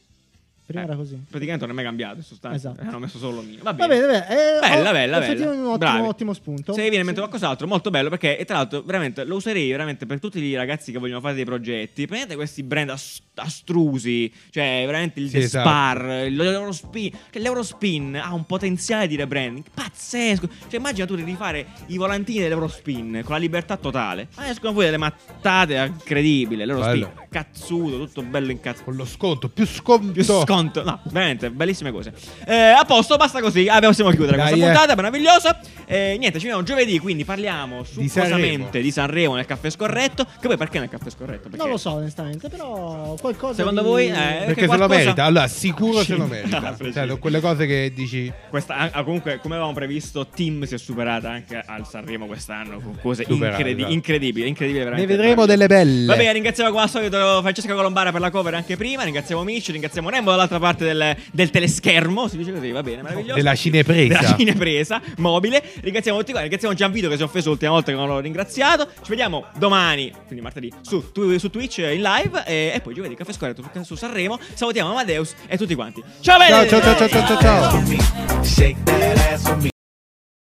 Speaker 2: Prima
Speaker 1: Eh,
Speaker 2: era così.
Speaker 1: Praticamente non è mai cambiato in sostanza. Eh,
Speaker 2: Esatto.
Speaker 1: Hanno messo solo mio. Va
Speaker 2: Va
Speaker 1: bene.
Speaker 2: bene, va bene. Eh,
Speaker 1: Bella,
Speaker 2: ho-
Speaker 1: bella, bella.
Speaker 2: effettivamente un ottimo,
Speaker 1: Bravi.
Speaker 2: ottimo spunto.
Speaker 1: Se vi viene in mente
Speaker 2: Sì.
Speaker 1: qualcos'altro, molto bello perché, e tra l'altro, veramente lo userei veramente per tutti i ragazzi che vogliono fare dei progetti. Prendete questi brand as- astrusi, cioè veramente il
Speaker 3: Sì, esatto.
Speaker 1: Spar, l'Eurospin. Cioè, L'Eurospin ha un potenziale di rebranding pazzesco. Cioè, immagina tu di rifare i volantini dell'Eurospin con la libertà totale. Ma escono poi delle mattate incredibili. L'Eurospin,
Speaker 3: Bello.
Speaker 1: cazzuto, tutto bello incazzato.
Speaker 3: Con lo sconto, più sconto.
Speaker 1: Più sconto, no, veramente, bellissime cose. Eh, a posto, basta così. Ah, possiamo chiudere
Speaker 3: Dai,
Speaker 1: questa
Speaker 3: eh.
Speaker 1: puntata meravigliosa. Eh, niente, ci vediamo giovedì. Quindi parliamo
Speaker 3: Sanremo.
Speaker 1: succosamente di Sanremo nel caffè scorretto. Che poi perché nel caffè scorretto? Perché
Speaker 2: Non lo so, onestamente, però qualcosa.
Speaker 1: Secondo
Speaker 2: di-
Speaker 1: voi, eh,
Speaker 3: Perché se lo
Speaker 1: qualcosa-
Speaker 3: merita, allora sicuro se lo
Speaker 1: Sì. Ah,
Speaker 3: merita.
Speaker 1: sì.
Speaker 3: Cioè, quelle cose che dici
Speaker 1: Questa, ah, ah, comunque, come avevamo previsto, Tim si è superata anche al Sanremo quest'anno con cose
Speaker 3: Superata. esatto.
Speaker 1: incredi- incredibili, incredibili
Speaker 3: Ne
Speaker 1: veramente.
Speaker 3: vedremo delle belle.
Speaker 1: Va bene, ringraziamo come al solito Francesca Colombara per la cover anche prima, ringraziamo Mitch, ringraziamo Nembo dall'altra parte del, del teleschermo, si dice così, va bene, meraviglioso.
Speaker 3: Della cinepresa.
Speaker 1: Della cinepresa, mobile. Ringraziamo tutti qua, ringraziamo Gianvito che si è offeso l'ultima volta che non l'ho ringraziato. Ci vediamo domani, quindi martedì, su, tu- su Twitch eh, in live e, e poi giovedì Caffè Scorretto su, su Sanremo. Salutiamo Amadeus e tutti quanti. Ciao, bene!
Speaker 3: Ciao, ciao, ciao, ciao, ciao, ciao.
Speaker 4: Shake that